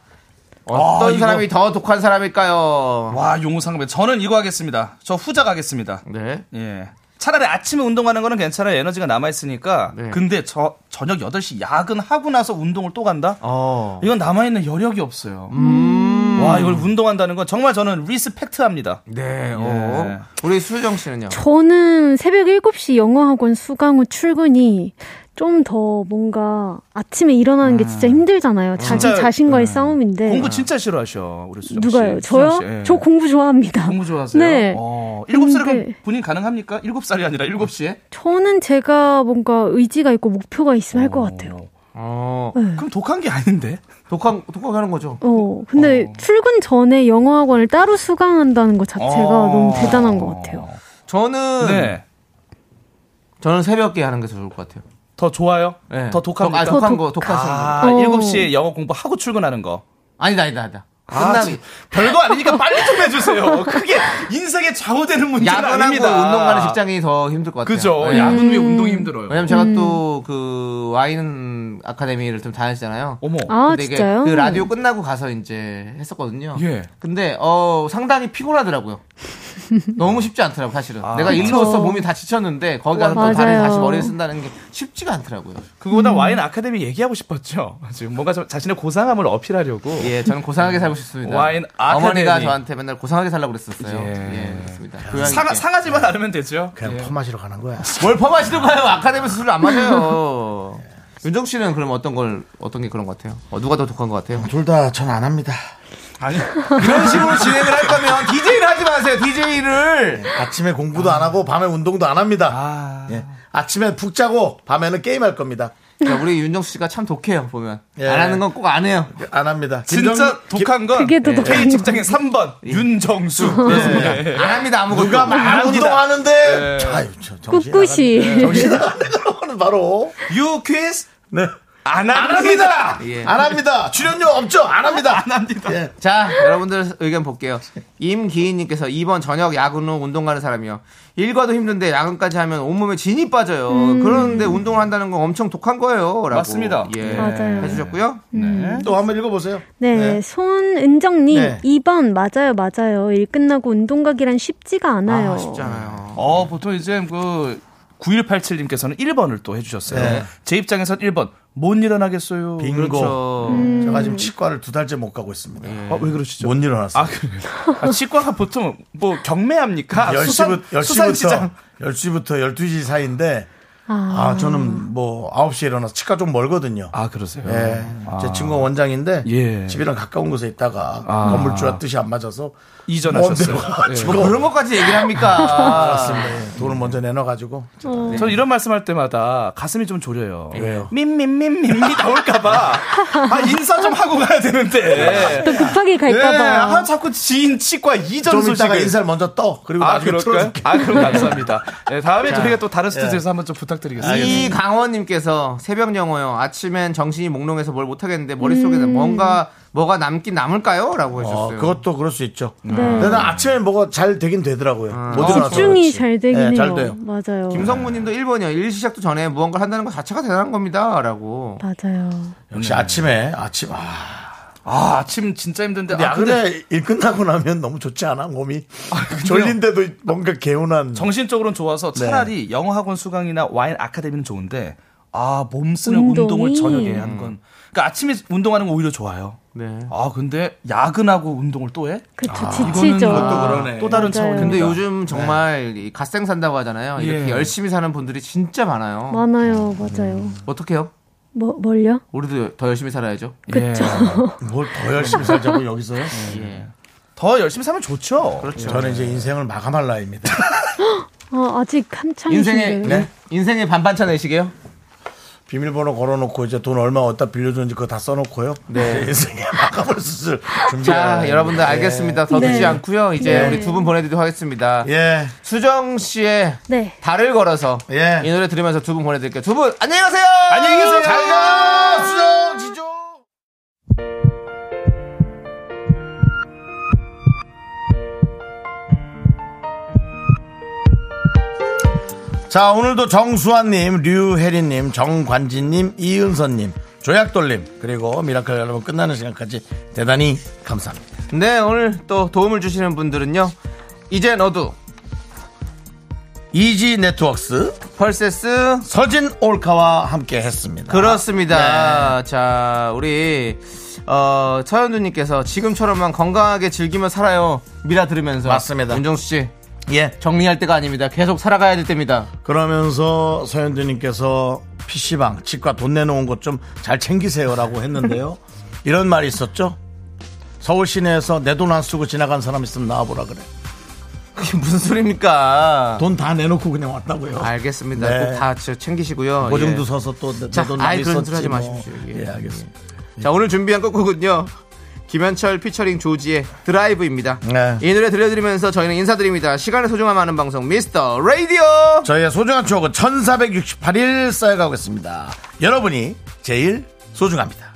어떤 아, 이거- 사람이 더 독한 사람일까요? 와, 용우상배. 저는 이거 하겠습니다. 저 후자 가겠습니다. 네. 예. 차라리 아침에 운동하는 거는 괜찮아요. 에너지가 남아있으니까. 네. 근데 저, 저녁 8시 야근하고 나서 운동을 또 간다? 어. 이건 남아있는 여력이 없어요. 음. 와, 이걸 운동한다는 건 정말 저는 리스펙트 합니다. 네. 어. 우리 수정 씨는요? 저는 새벽 7시 영어학원 수강 후 출근이 좀 더 뭔가 아침에 일어나는 게 진짜 힘들잖아요. 자기 진짜, 자신과의 싸움인데. 공부 진짜 싫어하셔, 우리 수정 씨. 누가요? 수정 저요? 씨, 예. 저 공부 좋아합니다. 공부 좋아하세요? 네. 어, 7살에 그럼 근데- 본인 가능합니까? 7살이 아니라 7시에? 저는 제가 뭔가 의지가 있고 목표가 있으면 할 것 같아요. 어. 네. 그럼 독한 게 아닌데? 독한 독하게 하는 거죠. 어, 근데 출근 전에 영어학원을 따로 수강한다는 것 자체가 너무 대단한 것 같아요. 저는 네. 저는 새벽에 하는 게 더 좋을 것 같아요. 더 좋아요? 네. 더 독합니까? 아, 독한 거, 독- 독한 사람. 아, 어. 7시에 영어 공부하고 출근하는 거. 아니다, 아니다, 아니다. 끝나기. 별거 아니니까 빨리 좀 해주세요. 그게 인생에 좌우되는 문제는 야근하고 아닙니다. 운동 가는 직장인이 더 힘들 것 같아요. 그죠. 네. 야근 후에 운동이 힘들어요. 왜냐면 음. 제가 또 그 와인 아카데미를 좀 다녔잖아요. 어머. 아, 근데 이게 진짜요? 그 라디오 끝나고 가서 이제 했었거든요. 예. 근데 어 상당히 피곤하더라고요. 너무 쉽지 않더라고 사실은. 내가 일로서 몸이 다 지쳤는데 거기 가서 또 다리 맞아요. 다시 머리를 쓴다는 게 쉽지가 않더라고요. 그거보다 음. 와인 아카데미 얘기하고 싶었죠. 지금 뭔가 좀 자신의 고상함을 어필하려고. 예, 저는 고상하게 살고 싶습니다. 와인 아카데미. 어머니가 저한테 맨날 고상하게 살라고 그랬었어요. 예, 그렇습니다. 고양이 상, 게. 상하지만 않으면 되죠. 그냥 퍼마시러 가는 거야. 뭘 퍼마시던가요? 아카데미 수술 안 맞아요. 예. 윤정 씨는 그럼 어떤 걸 어떤 게 그런 것 같아요? 어, 누가 더 독한 것 같아요? 둘 다 전 안 합니다. 아니, 이런 식으로 진행을 할 거면 DJ를 하지 마세요. DJ를 아침에 공부도 안 하고 밤에 운동도 안 합니다. 예. 아침에 푹 자고 밤에는 게임 할 겁니다. 우리 윤정수 씨가 참 독해요 보면 예. 안 하는 건 꼭 안 해요. 안 합니다. 진짜 김정- 독한 건 그게 더 독한 K 거. 직장인 3번 윤정수. 예. 안 합니다 아무것도. 누가 막 운동하는데 아유 저 정신 꿋꿋이. 나간- 정신 나간데 그러면 바로 유퀴즈 네. 안 합니다. 예. 안 합니다. 출연료 없죠? 안 합니다. 안 합니다. 예. 자, 여러분들 의견 볼게요. 임기인님께서 2번 저녁 야근 후 운동 가는 사람이요. 일과도 힘든데 야근까지 하면 온몸에 진이 빠져요. 그런데 운동을 한다는 건 엄청 독한 거예요. 라고 맞습니다. 예, 맞아요. 해주셨고요. 또 한번 읽어보세요. 네, 손은정님 네. 2번 맞아요, 맞아요. 일 끝나고 운동 가기란 쉽지가 않아요. 아, 쉽지 않아요. 어, 보통 이제 그 9187님께서는 1번을 또 해주셨어요. 네. 제 입장에선 1번 못 일어나겠어요. 빙고. 그렇죠. 제가 지금 치과를 두 달째 못 가고 있습니다. 아, 왜 그러시죠? 못 일어났어요. 아, 그래요? 아, 치과가 보통 뭐 경매합니까? 10시부터, 수산, 수산시장. 10시부터 12시 사이인데, 아, 저는 뭐 9시에 일어나서 치과 좀 멀거든요. 아, 그러세요? 예. 제 친구가 원장인데, 예. 집이랑 가까운 곳에 있다가 건물주와 뜻이 안 맞아서 이전하셨어요. 예. 먼 데로 가가지고 뭐 그런 것까지 얘기를 합니까? 예, 돈을 먼저 내놔가지고. 저는 이런 말씀할 때마다 가슴이 좀 졸여요. 왜요? 민민민민미 나올까봐. 아, 인사 좀 하고 가야 되는데. 또 급하게 예, 갈까봐. 아, 자꾸 지인 치과 이전 좀 이따가 소식을. 인사를 먼저 떠. 그리고 아, 나중에 그럴까요? 틀어줄게. 아, 그럼 감사합니다. 예, 다음에 저희가 또 다른 스튜디오에서 한번 좀 부탁드리겠습니다. 이강원님께서 새벽 영어요. 아침엔 정신이 몽롱해서 뭘 못하겠는데 머릿속에는 뭔가 뭐가 남긴 남을까요? 라고 어, 하셨어요. 그것도 그럴 수 있죠. 네. 아, 근데 난 아침에 뭐가 잘 되긴 되더라고요. 못 일어나서 집중이 그렇지. 잘 되긴 해요. 네, 잘 돼요. 맞아요. 김성모님도 1번이요. 일 시작도 전에 무언가를 한다는 것 자체가 대단한 겁니다. 라고. 맞아요. 역시 아침에 아침 아, 아, 아침 진짜 힘든데. 근데 아, 근데 야근에 일 끝나고 나면 너무 좋지 않아 몸이 졸린데도 뭔가 개운한 정신적으로는 좋아서 차라리 영어 학원 수강이나 와인 아카데미는 좋은데 아, 몸 쓰는 운동이. 운동을 저녁에 하는 건 그러니까 아침에 운동하는 거 오히려 좋아요. 네. 아, 근데 야근하고 운동을 또 해? 그쵸, 이거는 지치죠. 또 그러네. 또 다른 맞아요. 차원. 근데 요즘 정말 이 갓생 산다고 하잖아요. 이렇게 그러니까. 예. 열심히 사는 분들이 진짜 많아요. 뭐? 많아요, 맞아요. 어떡해요? 뭐, 뭘요? 우리도 더 열심히 살아야죠. 그쵸. 뭘 더 열심히 살자고 여기서요? 더 열심히 사면 좋죠. 저는 이제 인생을 마감할 나이입니다. 아, 아직 한창이신데. 인생의 네? 인생의 반반차 내시게요? 비밀번호 걸어놓고 이제 돈 얼마 어디다 빌려줬는지 그거 다 써놓고요. 네. 인생의 마감을 수술 준비해요. 자, 여러분들 알겠습니다. 더 네. 늦지 않고요. 이제 네. 우리 두 분 보내드리도록 하겠습니다. 예. 수정 씨의 네. 달을 걸어서 예. 이 노래 들으면서 두 분 보내드릴게요. 두 분 안녕히 가세요. 안녕히 계세요. 잘가 수정 지조. 자, 오늘도 정수환님, 류혜리님, 정관진님, 이은선님, 조약돌님, 그리고 미라클 여러분 끝나는 시간까지 대단히 감사합니다. 네, 오늘 또 도움을 주시는 분들은요. 이제 너도 이지 네트워크스, 펄세스 서진 올카와 함께 했습니다. 그렇습니다. 자, 우리 어, 서현두님께서 지금처럼만 건강하게 즐기며 살아요. 미라 들으면서 맞습니다. 윤정수 씨 예. 정리할 때가 아닙니다. 계속 살아가야 될 때입니다. 그러면서 서현주님께서 PC방, 치과 돈 내놓은 것 좀 잘 챙기세요라고 했는데요. 이런 말이 있었죠? 서울 시내에서 내 돈 안 쓰고 지나간 사람 있으면 나와보라 그래. 그게 무슨 소리입니까? 돈 다 내놓고 그냥 왔다고요. 알겠습니다. 네. 꼭 다 챙기시고요. 보증도 예. 서서 또내돈 자, 아이, 그런 있었지 소리 하지 뭐. 마십시오. 예. 예, 알겠습니다. 자, 오늘 준비한 끝곡은요. 김현철 피처링 조지의 드라이브입니다. 네. 이 노래 들려드리면서 저희는 인사드립니다. 시간의 소중함 아는 방송 미스터 라디오. 저희의 소중한 추억은 1468일 쌓여가고 있습니다. 여러분이 제일 소중합니다.